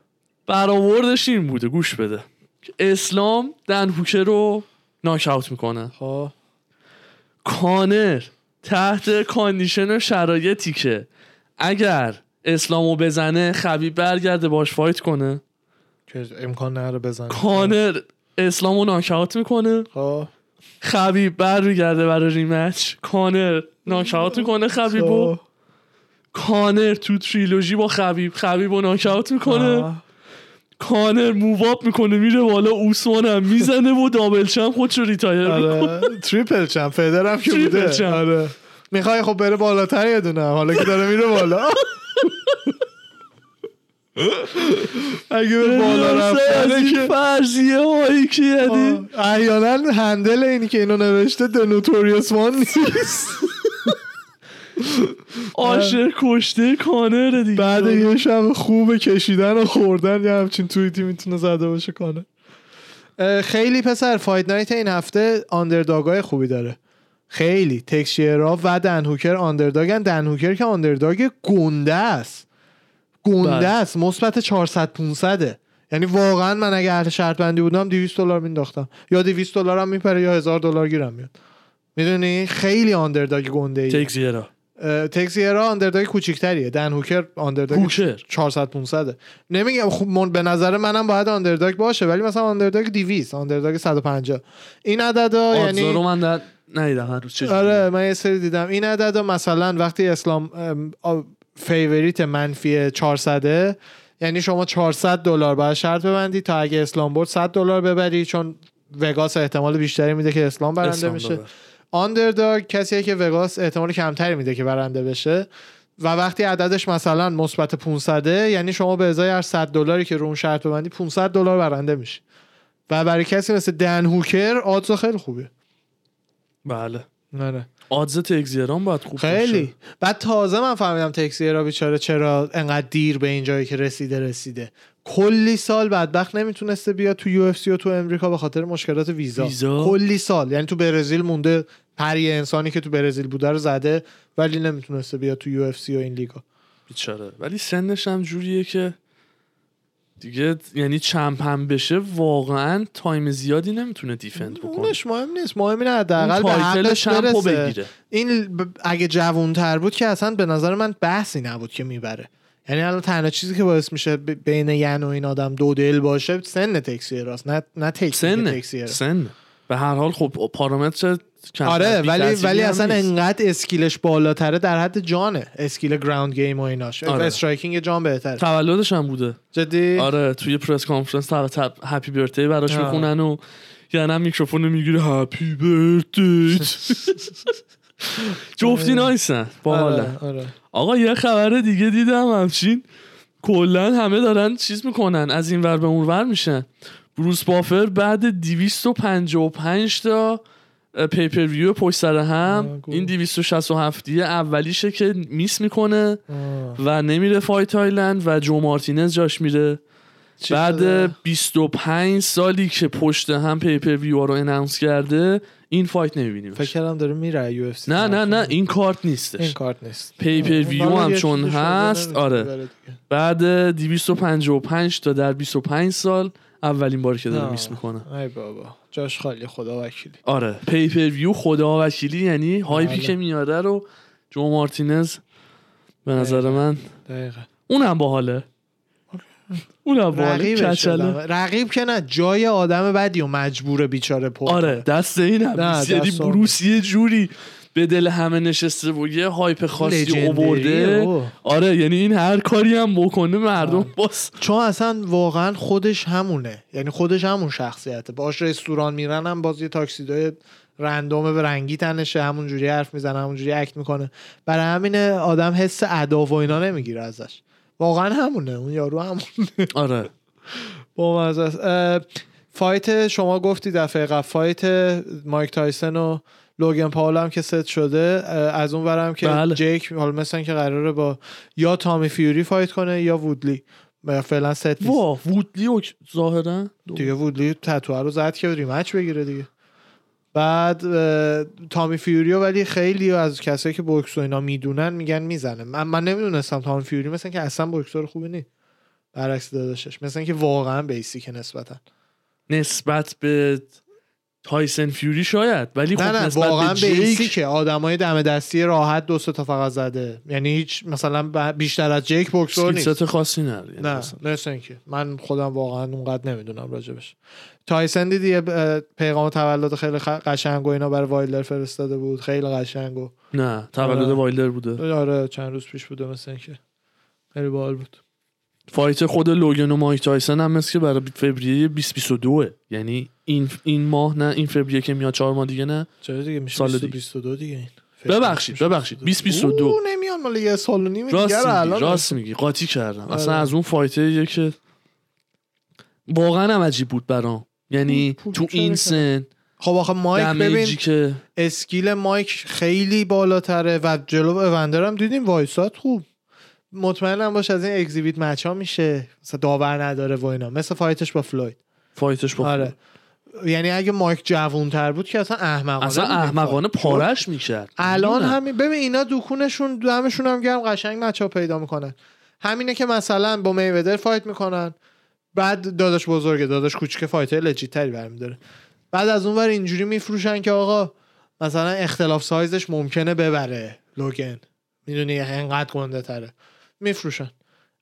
B: برآوردش این بوده گوش بده اسلام دن هوکر رو ناک اوت میکنن
A: خب
B: کانر تحت کاندیشن و شرایطی که اگر اسلامو بزنه خبیب برگرده باش فایت کنه
A: که امکان نره بزن
B: کانر اسلامو ناک اوت میکنه
A: خب
B: خبیب برمیگرده برای ریمچ کانر ناکاوت میکنه
A: خب.
B: خبیبو کانر تو تریلوژی با خبیب خبیبو ناکاوت میکنه
A: آه.
B: کانر موواب میکنه میره بالا اوسمان هم میزنه و دابل چم خودشو ریتایر میکنه
A: آره تریپل چم فدر هم که
B: تریپل
A: بوده
B: چمپ.
A: آره میخوای خب بره بالاتر یه دونه حالا که داره میره بالا اگه به بالا
B: از
A: رفتنه
B: این
A: که
B: فرضیه هایی که یعنی
A: آه، احیانا هندل اینی که اینو نوشته دنوتوریوس وان نیست
B: آشر کشته کانره دیگه
A: بعد یه شب خوب کشیدن و خوردن یه همچین توییتی میتونه زده باشه کنه خیلی پسر فایت نایت این هفته آندرداگای خوبی داره خیلی تکشیرا و دنهوکر آندرداگن دنهوکر که آندرداگ گنده است گنده
B: بله.
A: است مثبت 400 500 ه. یعنی واقعا من اگه اهل شرط بندی بودم 200 دلار مینداختم یا 200 دلارم میپره یا 1000 دلار گیرم میاد میدونی خیلی آندرداگ گنده ای
B: تکزیرا
A: تکسیرا آندرداگ کوچیک‌تریه دن هوکر آندرداگ
B: کوچر
A: 400 500 نمیگم خب من به نظر منم باید آندرداگ باشه ولی مثلا آندرداگ 200 آندرداگ 150 این عددا
B: آدزا
A: یعنی
B: رو من در ندیدم هر روز چجوری
A: آره من یه سری دیدم این عددا مثلا وقتی اسلام ام، آ، فیوریت منفی 400 یعنی شما 400 دلار باید شرط ببندی تا اگه اسلام برد 100 دلار ببری چون وگاس احتمال بیشتری میده که اسلام برنده
B: اسلام
A: میشه
B: ببر.
A: آندرداگ کسیه که وگاس احتمال کمتری میده که برنده بشه و وقتی عددش مثلا مثبت 500 یعنی شما به ازای هر 100 دلاری که رو اون شرط ببندی 500 دلار برنده میشه و برای کسی مثل دن هوکر آدز خیلی خوبه
B: بله
A: نه نه
B: آدز تکزیران باید خوب
A: خیلی
B: باشه.
A: بعد تازه من فهمیدم تکسیرا بیچاره چرا انقدر دیر به این جایی که رسیده رسیده کلی سال بدبخت نمیتونسته بیاد تو یو و تو امریکا به خاطر مشکلات ویزا.
B: ویزا؟
A: کلی سال یعنی تو برزیل مونده پری انسانی که تو برزیل بوده رو زده ولی نمیتونسته بیاد تو یو و این لیگا
B: بیچاره ولی سنش هم جوریه که دیگه یعنی چمپن بشه واقعا تایم زیادی نمیتونه دیفند بکنه
A: اونش مهم نیست مهم اینه
B: اون
A: حداقل به
B: تایتل
A: حقش
B: چمپو
A: برسه.
B: بگیره
A: این ب- اگه جوونتر بود که اصلا به نظر من بحثی نبود که میبره یعنی الان تنها چیزی که باعث میشه ب- بین ین و این آدم دو دل باشه سن تکسیر راست نه نه تکنیک
B: سن
A: تکسیه راست.
B: سن به هر حال خب پارامتر کم
A: آره
B: تأثیر
A: ولی
B: تأثیری
A: ولی
B: هم
A: اصلا
B: نیست.
A: انقدر اسکیلش بالاتره در حد جانه اسکیل گراوند گیم و ایناش
B: آره.
A: استرایکینگ جان بهتره
B: تولدش هم بوده
A: جدی
B: آره توی پرس کانفرنس تب تب هپی برتی براش
A: آه.
B: میخونن و یعنی میکروفون رو میگیره هپی برتی جفتی نایسن باحاله
A: آره. آره.
B: آقا یه خبر دیگه دیدم همچین کلا همه دارن چیز میکنن از این ور به اون ور میشن بروس بافر بعد 255 تا اه، پیپر ویو پشت سر هم
A: آگو.
B: این 267 یه اولیشه که میس میکنه
A: آه.
B: و نمیره فای تایلند و جو مارتینز جاش میره
A: چی شده؟
B: بعد 25 سالی که پشت هم پیپر ویو رو انانس کرده این فایت نمیبینیم
A: فکر کردم داره میره یو اف سی
B: نه نه نه این کارت نیستش
A: این کارت نیست
B: پیپر ویو
A: حالا
B: هم
A: یه
B: چون
A: چیزی شده،
B: هست
A: نمی‌تونه
B: آره
A: ببره دیگه.
B: بعد 255 تا در 25 سال اولین بار که داره
A: آه.
B: میس میکنه
A: ای بابا جاش خالی خدا وکیلی
B: آره پیپر ویو خدا وکیلی یعنی هایپی
A: بله.
B: که میاره رو جو مارتینز به
A: بله.
B: نظر من
A: دقیقا
B: اونم باحاله اونم باحاله
A: رقیبش
B: کچله
A: آدمه. رقیب که نه جای آدم بدی و مجبور بیچاره پر
B: آره دست این هم
A: نه،
B: نیست. یعنی
A: دست اون
B: بروس یه جوری به دل همه نشسته و یه هایپ خاصی
A: لژندریه
B: اوورده
A: او.
B: آره یعنی این هر کاری هم بکنه مردم باز
A: چون اصلا واقعا خودش همونه یعنی خودش همون شخصیته باش رستوران میرن هم باز یه تاکسیدای رندوم به رنگی تنشه همون جوری حرف میزنه همون جوری اکت میکنه برای همین آدم حس ادا و اینا نمیگیره ازش واقعا همونه اون یارو همون
B: آره
A: با مزه است. اه، فایت شما گفتی دفعه قبل فایت مایک تایسن و لوگن پاول هم که ست شده اه، از اون برم که
B: بله.
A: جیک حالا مثلا که قراره با یا تامی فیوری فایت کنه یا وودلی اه، فعلا ست نیست.
B: وا وودلی و ظاهرا
A: دیگه وودلی تتوه رو زد که ریمچ بگیره دیگه بعد اه، تامی فیوریو ولی خیلی از کسایی که بوکس و اینا میدونن میگن میزنه من, من نمیدونستم تامی فیوری مثلا که اصلا بوکسور خوبی نیست برعکس داداشش مثلا که واقعا بیسیک نسبتا
B: نسبت به تایسن فیوری شاید ولی خب
A: نه نه
B: نسبت
A: واقعا
B: به جیک
A: که آدمای دم دستی راحت دو سه تا فقط زده یعنی هیچ مثلا ب- بیشتر از جیک بوکسور نیست
B: سیلست خاصی نداره یعنی
A: نه
B: مثلا.
A: نه اینکه من خودم واقعا اونقدر نمیدونم راجبش تایسن دیدی یه اه، پیغام تولد خیلی خ- قشنگ و اینا برای وایلدر فرستاده بود خیلی قشنگ و
B: نه تولد
A: آره.
B: وایلدر بوده
A: آره چند روز پیش بوده مثل اینکه خیلی باحال بود
B: فایت خود لوگن و مایک تایسن هم مثل که برای فوریه 2022 یعنی این این ماه نه این فوریه که میاد چهار ماه دیگه نه
A: چرا دیگه میشه
B: سال
A: 22
B: دیگه.
A: 22 دیگه این
B: ببخشید، ببخشید. 2022.
A: او نمیان مال یه سال و نیم
B: راست
A: دیگه رو
B: میگی
A: الان
B: راست میگی قاطی کردم اصلا
A: آره.
B: از اون فایته که واقعا هم عجیب بود برام یعنی
A: پول- پول
B: تو این سن
A: خب آخه مایک ببین
B: دمیجی که
A: اسکیل مایک خیلی بالاتره و جلو اوندر هم دیدیم وایسات خوب مطمئنم باش از این اگزیبیت مچ ها میشه مثلا داور نداره و اینا مثل فایتش با فلوید
B: فایتش با
A: آره یعنی اگه مایک جوونتر بود که اصلا احمقانه
B: اصلا
A: بود این
B: احمقانه
A: فایت.
B: پارش میکرد
A: الان همین ببین اینا دوکونشون دمشون هم گرم قشنگ مچا پیدا میکنن همینه که مثلا با میودر فایت میکنن بعد داداش بزرگه داداش کوچیک فایتر لجیتری برمیداره بعد از اون ور اینجوری میفروشن که آقا مثلا اختلاف سایزش ممکنه ببره لوگن میدونی انقدر گنده تره میفروشن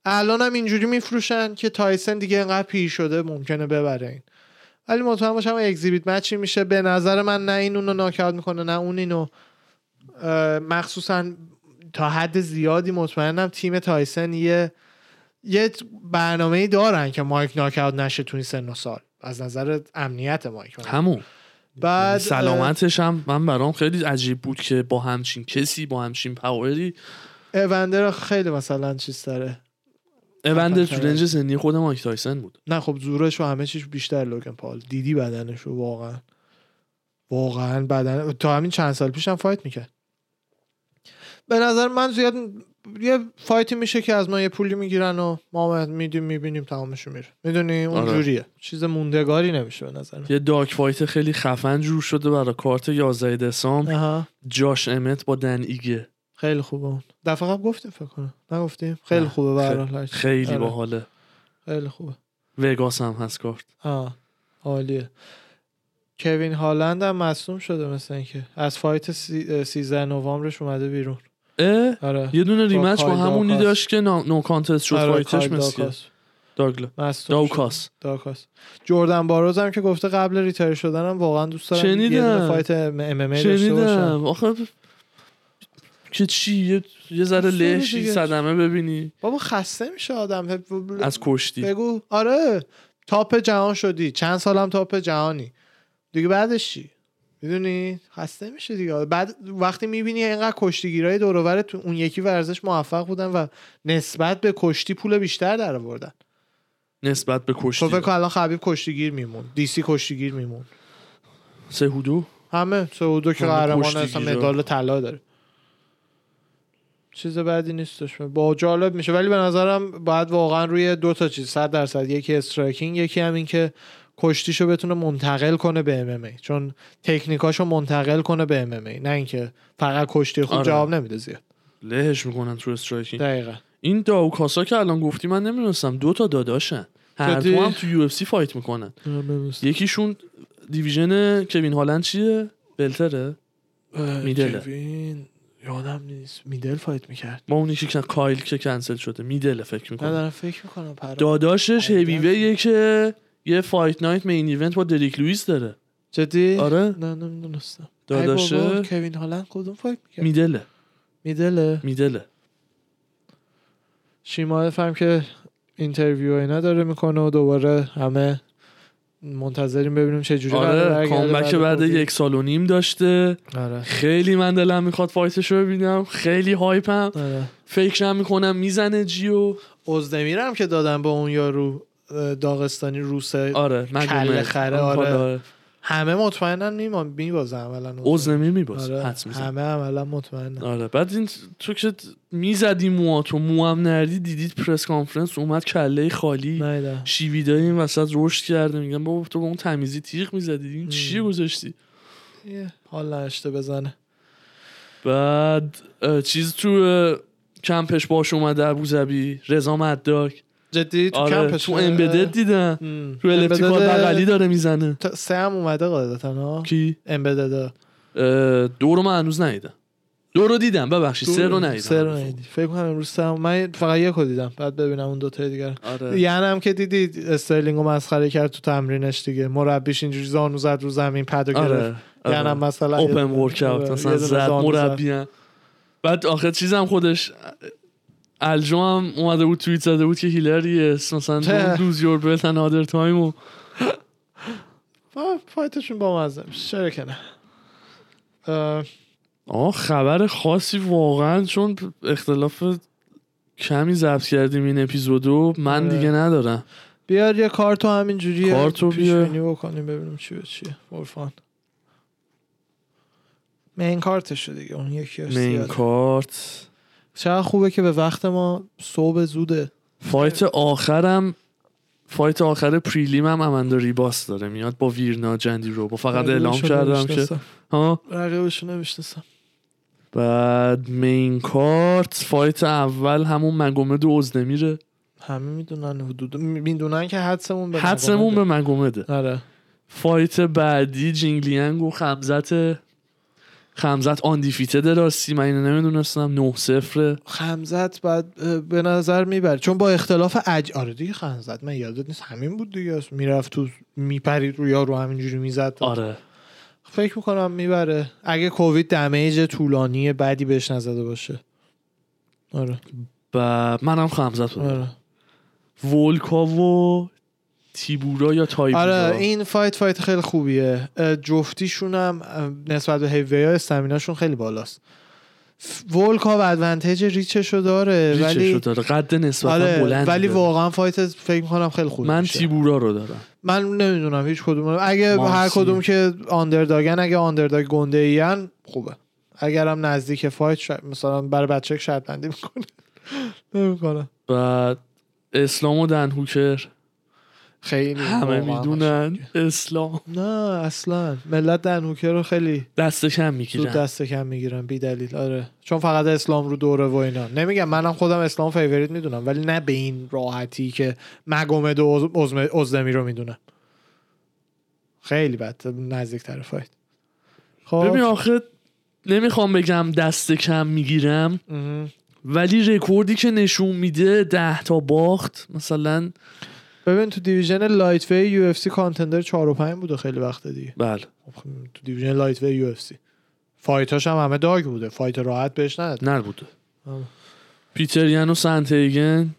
A: الان هم اینجوری میفروشن که تایسن دیگه انقدر پیر شده ممکنه ببره این ولی مطمئن باشم اگزیبیت مچی میشه به نظر من نه این اونو ناکاوت میکنه نه اون اینو مخصوصا تا حد زیادی مطمئنم تیم تایسن یه یه برنامه ای دارن که مایک ناکاوت نشه تو این سن و سال از نظر امنیت مایک
B: همون
A: بعد
B: سلامتش هم من برام خیلی عجیب بود که با همچین کسی با همچین پاوری
A: اوندر خیلی مثلا چیز داره
B: اوندر تو رنج سنی خود مایک تایسن بود
A: نه خب زورش و همه چیش بیشتر لوگن پال دیدی بدنش رو واقعا واقعا بدن تا همین چند سال پیشم فایت میکرد به نظر من زیاد یه فایتی میشه که از ما یه پولی میگیرن و ما میدیم میبینیم تمامشو میره میدونی
B: آره.
A: اونجوریه چیز موندگاری نمیشه به نظر من.
B: یه داک فایت خیلی خفن جور شده برای کارت 11 دسامبر
A: آها
B: جاش امت با دن ایگه
A: خیلی خوبه اون دفعه قبل گفتیم فکر کنم نگفتیم خیلی
B: نه.
A: خوبه به هر حال هرچی.
B: خیلی
A: آره.
B: باحاله
A: خیلی خوبه
B: وگاس هم هست کارت
A: آه عالیه کوین هالند هم مصوم شده مثل اینکه از فایت سی... 13 نوامبرش اومده بیرون
B: اه
A: آره
B: یه دونه ریمچ با
A: کایل
B: همونی
A: داکاس.
B: داشت که نا- نو کانتست شد
A: آره،
B: فایتش
A: کایل
B: مثل
A: داکاس.
B: داگلا
A: مصدوم شد.
B: داوکاس
A: داکاس جوردن باروز هم که گفته قبل ریتایر شدنم واقعا دوست دارم یه
B: شنیدم.
A: دونه فایت ام ام ای داشته باشم
B: شنیدم آخه که چی یه, یه ذره
A: دوست داری
B: لهشی
A: دیگه.
B: صدمه ببینی
A: بابا خسته میشه آدم
B: از کشتی
A: بگو آره تاپ جهان شدی چند سالم تاپ جهانی دیگه بعدش چی میدونی خسته میشه دیگه بعد وقتی میبینی اینقدر کشتیگیرای دوروبر تو اون یکی ورزش موفق بودن و نسبت به کشتی پول بیشتر در آوردن
B: نسبت به
A: تو
B: کشتی
A: فکر کن الان خبیب کشتیگیر میمون دیسی کشتیگیر میمون
B: سه هودو
A: همه سعودو که
B: همه
A: قهرمان
B: کشتیگیرا.
A: اصلا مدال طلا داره چیز بعدی نیستش با جالب میشه ولی به نظرم باید واقعا روی دو تا چیز صد درصد یکی استرایکینگ یکی هم این که کشتیشو بتونه منتقل کنه به MMA چون تکنیکاشو منتقل کنه به MMA نه اینکه فقط کشتی خوب
B: آره.
A: جواب نمیده زیاد
B: لهش میکنن تو استرایکینگ
A: دقیقا
B: این داوکاسا که الان گفتی من نمیدونستم دو تا داداشن هر
A: جدی؟
B: دو هم تو یو اف سی فایت میکنن یکیشون دیویژن کوین هالند چیه بلتره میدله.
A: کوین، یادم نیست میدل فایت میکرد
B: ما اون یکی که کایل که کنسل شده میدله فکر
A: نه
B: میکنه
A: دارم فکر میکنم پرام
B: داداشش هیویویه که یه فایت نایت مین ایونت با دریک لوئیس داره
A: جدی
B: آره
A: نه نمیدونستم ای بابا،
B: داداشه
A: کوین هالند کدوم فایت میکرد
B: میدله
A: میدله
B: میدله
A: شیمایف هم که اینترویو اینا داره میکنه و دوباره همه منتظریم ببینیم چه جوری
B: آره کامبک بعد یک سال و نیم داشته
A: آره
B: خیلی من دلم میخواد فایتش رو ببینم خیلی هایپم
A: آره
B: فکرم میکنم میزنه جیو
A: اردemir هم که دادن به اون یارو اه، داغستانی روسه
B: آره من
A: کله خره، آره. همه مطمئنن میمان میبازه عملا اردemir.
B: نمی میباز
A: آره.
B: حدس میزن
A: همه عملا مطمئنن
B: آره بعد این تو که میزدی موها تو موام نردی دیدید پرس کانفرنس اومد کله خالی
A: نیدم
B: شیویدای این وسط رشد کرده میگن بابا تو با اون تمیزی تیغ میزدی این چیه
A: مم.
B: گذاشتی
A: یه حال نشته بزنه
B: بعد اه، چیز تو اه، کمپش باش اومده ابوظبی رضا مداک
A: جدی تو
B: آره
A: کمپش
B: تو امبدد دیدم
A: ام.
B: رو الپتیکال
A: embedded-
B: بغلی داره میزنه
A: تا- سه هم اومده قاعدتا ها
B: کی
A: امبددا
B: اه، دو رو من هنوز ندیدم دو رو دیدم ببخشید سه رو ندیدم
A: سه رو ندیدی. فکر کنم امروز سه هم- من فقط یک رو دیدم بعد ببینم اون دوتای دیگر
B: آره
A: یعنی هم که دیدی استرلینگ رو مسخره کرد تو تمرینش دیگه مربیش اینجوری زانو زد رو زمین پدو گرفت
B: آره آره.
A: یعنی هم مثلا یه
B: اوپن
A: دونه-
B: ورک
A: آره،
B: اوت
A: یه
B: مثلا
A: دونه
B: زد
A: زانو
B: مربی هم. بعد آخه چیزم خودش الجو هم اومده بود توییت زده بود که هیلری مثلا
A: ته.
B: دوز یور بلت ان آدر تایم و
A: آه، فایتشون با مزه میشه. چرا که نه اه،
B: آه خبر خاصی واقعا چون اختلاف کمی ضبط کردیم این اپیزودو من
A: آره.
B: دیگه ندارم
A: بیار یه کارتو همین جوری
B: کارتو بیار.
A: بکنیم ببینیم چی به چیه عرفان مین کارتشو دیگه اون یکی
B: مین کارت
A: چقدر خوبه که به وقت ما صبح زوده
B: فایت آخرم فایت آخر پریلیم هم امندا ریباس داره میاد با ویرنا جندی رو با فقط اعلام
A: رقیبشو
B: کردم که
A: نمی‌شناسم.
B: ها
A: رقیبشو نمیشناسم
B: بعد مین کارت فایت اول همون مگومد و ازدمیره
A: همه میدونن حدود میدونن که حدسمون به
B: حدسمون به
A: مقامده.
B: مگومده
A: آره
B: فایت بعدی جینگلیانگ و خمزت خمزت آندیفیته راستی من اینو نمیدونستم 9 0
A: خمزت بعد اه، به نظر میبره چون با اختلاف عج آره دیگه خمزت من یادت نیست همین بود دیگه میرفت تو میپرید رو یارو همینجوری میزد
B: آره
A: فکر میکنم میبره اگه کووید دمیج طولانی بعدی بهش نزده باشه آره
B: و منم خمزت بودم
A: آره
B: ولکا و تیبورا یا تایبورا
A: آره این فایت فایت خیلی خوبیه اه، جفتیشون هم اه، نسبت به هیوی ها استمیناشون خیلی بالاست ف- ولکا و ادوانتج ریچشو داره
B: ریچش رو
A: ولی
B: داره قد نسبتا
A: آره
B: بلند
A: ولی
B: داره.
A: واقعا فایت فکر میکنم خیلی خوب
B: من
A: میشه.
B: تیبورا رو دارم
A: من نمیدونم هیچ کدوم اگه
B: مارسی.
A: هر کدوم که آندرداگن اگه آندرداگ گنده این خوبه اگرم نزدیک فایت شاید مثلا برای بچه که شرط بندی میکنه نمیکنه
B: و اسلام و دن هوکر
A: خیلی
B: همه
A: واقعا
B: میدونن اسلام
A: نه اصلا ملت دنهوکه رو خیلی
B: دست کم
A: زود
B: میگیرن
A: دست کم میگیرن بی دلیل آره چون فقط اسلام رو دوره و اینا نمیگم منم خودم اسلام فیوریت میدونم ولی نه به این راحتی که مگومد و عزم- عزدمی رو میدونم خیلی بد نزدیک طرف فایت خب
B: ببین آخه نمیخوام بگم دست کم میگیرم
A: مهم.
B: ولی رکوردی که نشون میده ده تا باخت مثلا
A: ببین تو دیویژن لایت وی یو اف سی کانتندر 4 و 5 بوده خیلی وقت دیگه
B: بله
A: خب، تو دیویژن لایت وی یو اف سی فایتاش هم همه داگ بوده فایت راحت بهش نداد
B: نبوده
A: آه.
B: پیتر یان و سنت هیگن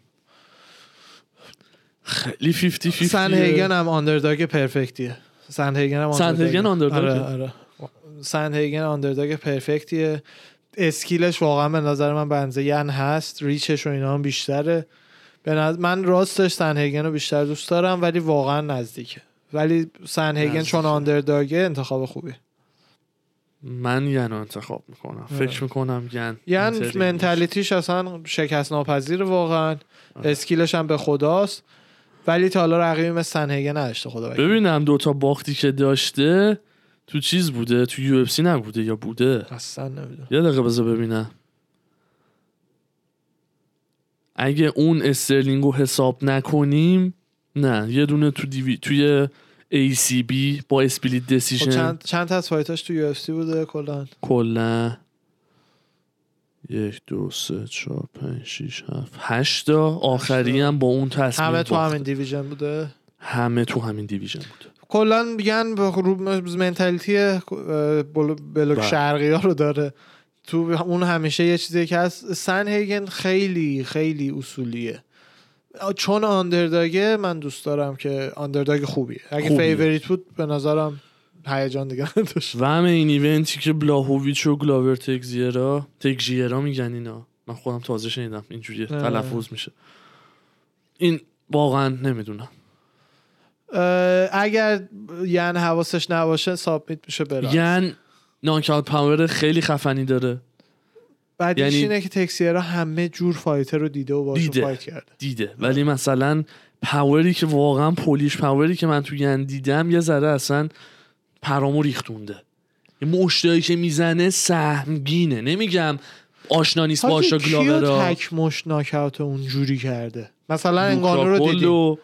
B: خیلی 50 50
A: سن هیگن هم آندرداگ پرفکتیه سن هیگن هم
B: سن
A: آندرداگه.
B: هیگن آندرداگه.
A: آره آره سن هیگن آندرداگ پرفکتیه اسکیلش واقعا به نظر من بنزه ین هست ریچش و اینا هم بیشتره به نظر من راستش سن هیگن رو بیشتر دوست دارم ولی واقعا نزدیکه ولی سن هیگن چون
B: نزدیکه.
A: آندرداگه انتخاب خوبیه
B: من ین رو انتخاب میکنم فکر میکنم ین
A: یعنی
B: اینتری باشه.
A: منتالیتیش اصلا شکست ناپذیر واقعا
B: آره.
A: اسکیلش هم به خداست ولی تا حالا رقیبی مثل سنهگه نداشته خدا وکیل.
B: ببینم دوتا باختی که داشته تو چیز بوده تو یو نبوده یا بوده
A: اصلا نمیدونم
B: یه دقیقه بذار ببینم اگه اون استرلینگ رو حساب نکنیم نه یه دونه تو دیوی... توی ACB با اسپلیت
A: خب
B: دسیژن
A: چند چند تا از فایتاش تو یو اف سی بوده کلا
B: کلا یک دو سه چهار پنج شیش هفت هشتا آخری
A: هشتا.
B: هم با اون تصمیم
A: همه تو
B: باخت.
A: همین دیویژن بوده
B: همه تو همین دیویژن بود
A: کلا میگن با رو منتالیتی اه، بلو- بلوک
B: بله.
A: شرقی ها رو داره تو اون همیشه یه چیزی که هست سن هیگن خیلی خیلی اصولیه چون آندرداگه من دوست دارم که آندرداگ خوبیه اگه
B: خوبیه.
A: فیوریت بود به نظرم هیجان دیگه نداشت
B: و همه e این ایونتی که بلاهویچ و گلاور تگزیرا تگزیرا میگن اینا من خودم تازه شنیدم اینجوری
A: نه.
B: تلفظ میشه این واقعا نمیدونم
A: اه، اگر ین حواسش نباشه سابمیت میشه برای
B: یعنی نانکاوت پاور خیلی خفنی داره
A: بعدیش
B: یعنی-
A: اینه که تکسیرا همه جور فایتر رو دیده و باشون
B: دیده.
A: فایت کرده
B: دیده ولی مثلا پاوری که واقعا پولیش پاوری که من تو ین دیدم یه ذره اصلا پرامو ریختونده یه مشتایی که میزنه سهمگینه نمیگم آشنا نیست
A: حاجی،
B: باشا
A: کیو
B: گلاورا
A: تک مش ناکاوت اونجوری کرده مثلا انگانو رو
B: لوکاپول
A: دیدیم
B: و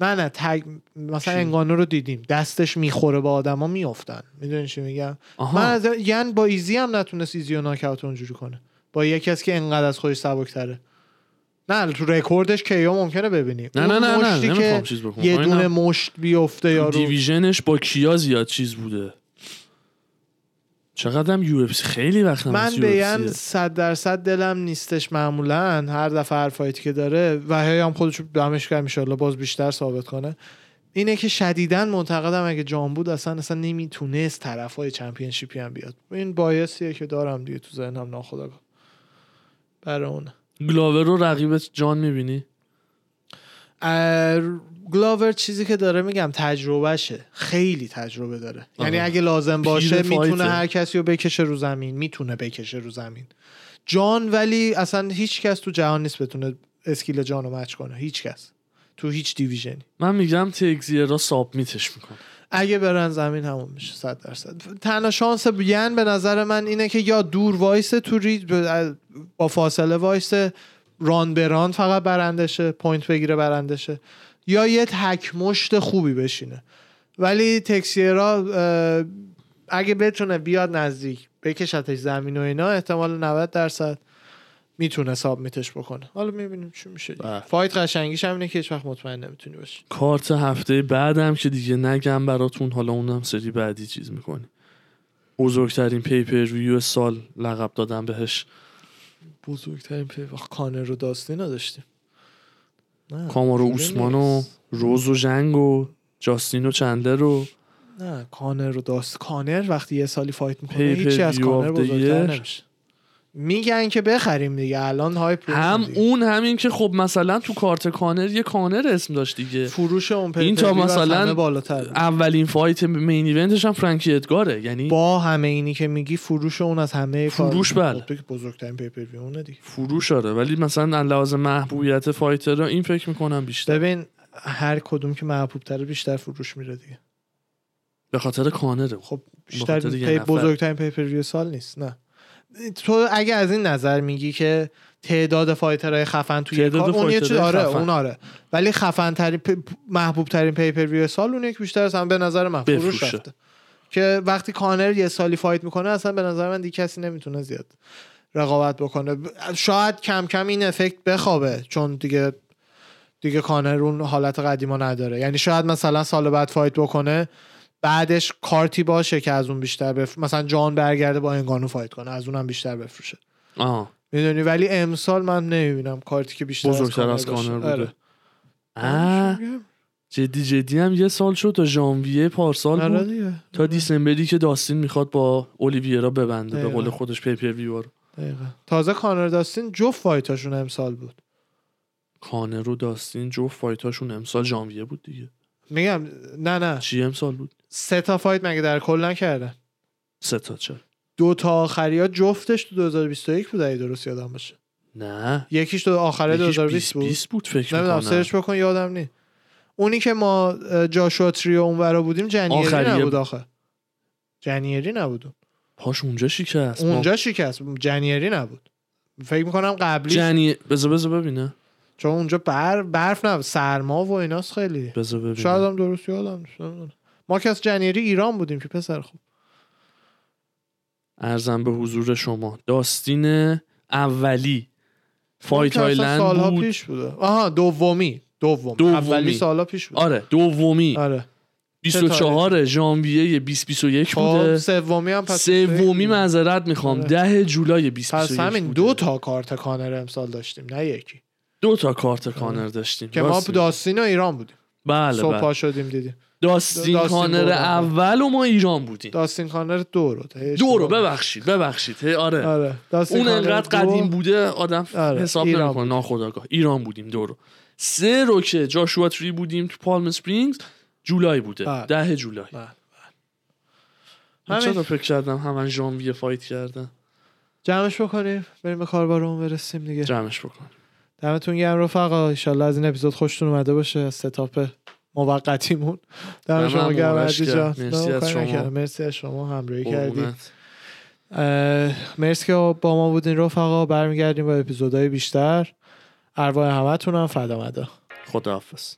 A: نه نه تک مثلا
B: کی؟
A: انگانو رو دیدیم دستش میخوره به آدما میافتن میدونی چی میگم
B: آها.
A: من از یعنی با ایزی هم نتونست ایزی و ناکاوت اونجوری کنه با یه کسی که انقدر از خودش سبکتره نه تو رکوردش کیا ممکنه ببینی
B: نه، نه،
A: اون
B: نه، نه،
A: مشتی
B: نمیخوام
A: که
B: چیز بکنم.
A: یه
B: آره،
A: دونه
B: نه.
A: مشت بیفته یارو
B: دیویژنش با کیا زیاد چیز بوده چقدرم یو اف خیلی وقت
A: من یعنی- بیان صد درصد دلم نیستش معمولا هر دفعه هر فایتی که داره و هی هم خودش رو دمش کرد میشه باز بیشتر ثابت کنه اینه که شدیدن معتقدم اگه جان بود اصلا اصلا نمیتونست طرف های چمپینشیپی هم بیاد این بایسیه که دارم دیگه تو ذهنم ناخداگاه برای اون
B: گلاور رو رقیبت جان میبینی
A: اه، گلاور چیزی که داره میگم تجربهشه خیلی تجربه داره
B: آها.
A: یعنی اگه لازم باشه
B: پیر فایته.
A: میتونه هر کسی رو بکشه رو زمین میتونه بکشه رو زمین جان ولی اصلا هیچ کس تو جهان نیست بتونه اسکیل جان رو مچ کنه هیچ کس تو هیچ دیویژنی
B: من میگم تگزیرا ساب میتش میکنه
A: اگه برن زمین همون میشه صد درصد تنها شانس بیان به نظر من اینه که یا دور وایسه تو ریج با فاصله وایسه ران به ران فقط برندشه پوینت بگیره برندشه یا یه تک مشت خوبی بشینه ولی تکسیرا اه، اگه بتونه بیاد نزدیک بکشتش زمین و اینا احتمال 90 درصد میتونه ساب میتش بکنه حالا میبینیم چی میشه دیگه.
B: بله.
A: فایت قشنگیش همینه که هیچ وقت مطمئن نمیتونی باشی
B: کارت هفته بعدم که دیگه نگم براتون حالا اونم سری بعدی چیز میکنه بزرگترین پیپر ویو سال لقب دادم بهش
A: بزرگترین پیوا کانر رو داستین داشتیم نه
B: کامارو
A: اینجوری
B: اوسمان و
A: نیست.
B: روز و جنگ و جاستین و چندلر و
A: نه کانر رو داست کانر وقتی یه سالی فایت میکنه
B: Pay per
A: هیچی از
B: view
A: کانر
B: of the
A: بزرگتر
B: year.
A: نمیشه میگن که بخریم دیگه الان هایپ روشن
B: هم
A: دیگه.
B: اون همین که خب مثلا تو کارت کانر یه کانر اسم داشت دیگه
A: فروش اون پی
B: این
A: پر
B: تا
A: ویو از
B: مثلا
A: همه بالاتر بود.
B: اولین فایت مین ایونتش هم فرانکی ادگاره یعنی
A: با همه اینی که میگی فروش اون از همه کار-
B: فروش بله.
A: خب تو که بزرگترین پیپر اونه دیگه
B: فروش آره ولی مثلا از لحاظ محبوبیت فایتر این فکر میکنم بیشتر
A: ببین هر کدوم که محبوب تره بیشتر فروش میره دیگه
B: به خاطر کانره
A: خب بیشتر
B: بخاطر یه
A: پی
B: نفر.
A: بزرگترین پیپر ویو سال نیست نه تو اگه از این نظر میگی که تعداد فایترهای خفن توی یه
B: تعداد
A: کار اون یه چیز
B: فایترهای
A: آره
B: خفن.
A: اون آره ولی خفن ترین محبوب ترین پیپر ویو سال اونه که بیشتر از هم به نظر من فروش
B: بفروشه.
A: رفته که وقتی کانر یه سالی فایت میکنه اصلا به نظر من دیگه کسی نمیتونه زیاد رقابت بکنه ب- شاید کم کم این افکت بخوابه چون دیگه دیگه کانر اون حالت قدیما نداره یعنی شاید مثلا سال بعد فایت بکنه بعدش کارتی باشه که از اون بیشتر بف... مثلا جان برگرده با انگانو فایت کنه از اونم بیشتر بفروشه
B: آه
A: میدونی ولی امسال من نمیبینم کارتی که بیشتر
B: بزرگتر از
A: باشه.
B: کانر بوده
A: آره.
B: آه جدی جدی هم یه سال شد تا ژانویه پارسال
A: آره
B: بود
A: دیگه.
B: تا دیسمبری که داستین میخواد با اولیویرا ببنده به
A: دقیقا.
B: قول خودش پیپر ویو رو
A: دقیقا. تازه کانر داستین جفت فایتاشون امسال بود
B: کانر و داستین جفت فایتاشون امسال ژانویه بود دیگه
A: میگم نه نه
B: چی امسال بود
A: سه تا فایت مگه در کل نکردن
B: سه تا چرا
A: دو تا آخری ها جفتش تو 2021 بود اگه درست یادم باشه
B: نه
A: یکیش تو آخره
B: یکیش
A: 2020
B: 20
A: بود
B: 20 بود فکر
A: نمیدونم
B: میکنم
A: سرچ بکن یادم نی اونی که ما اه، جاشوا تریو اونورا بودیم جنیری
B: آخریه.
A: نبود آخه جنیری نبود
B: پاش اونجا شکست ما-
A: اونجا شکست جنیری نبود فکر میکنم قبلی
B: جنی بذار بذار ببینه
A: چون اونجا بر... برف نبود سرما و ایناست خیلی
B: بذار ببینه
A: شاید هم درست یادم نیست. نمیدونم. ما که از جنیری ایران بودیم که پسر خوب
B: ارزم به حضور شما داستین اولی
A: اون
B: فایت
A: که اصلا سالها
B: آیلند بود
A: پیش بوده آها دومی دوم
B: دومی.
A: اولی سالها پیش بود
B: آره دومی
A: آره
B: 24 ژانویه 2021
A: خب
B: بوده
A: سومی هم پس
B: سومی معذرت میخوام
A: آره.
B: 10 جولای 2021
A: پس همین
B: بوده.
A: دو تا کارت کانر امسال داشتیم نه یکی
B: دو تا کارت کانر داشتیم
A: آره. که ما
B: راست میگی.
A: داستین و ایران بودیم
B: بله
A: صبح
B: بله
A: پا شدیم دیدیم
B: داستین
A: داستین
B: کانر
A: دو رو.
B: اول و ما ایران بودیم
A: داستین کانر دو رو تا اشتباه
B: دو رو
A: بود.
B: ببخشید ببخشید هی، آره
A: آره داستین
B: اون
A: کانر
B: انقدر
A: دو،
B: قدیم بوده آدم
A: آره،
B: حساب
A: ایران
B: نمیکنه ناخداگاه ایران بودیم دو رو سه رو که جاشوا تری بودیم تو پالم سپرینگز جولای بوده
A: بله.
B: ده جولای
A: بله،
B: من
A: همین.
B: چرا فکر کردم همان ژانویه فایت کردن
A: جمعش بکنیم بریم به کاربارمون برسیم دیگه
B: جمعش بکن
A: دمتون گرم رفقا ان از این اپیزود خوشتون اومده باشه از ستاپ موقتیمون دم
B: دمم
A: شما گرم
B: آرش
A: عزیز
B: کرد.
A: جان
B: مرسی
A: نه،
B: از
A: کاری
B: شما.
A: نکردم. مرسی از شما همراهی کردی
B: قربونت.
A: اه، مرسی که با ما بودین رفقا برمیگردیم با اپیزودهای بیشتر ارواح همتون هم فدا مدا
B: خداحافظ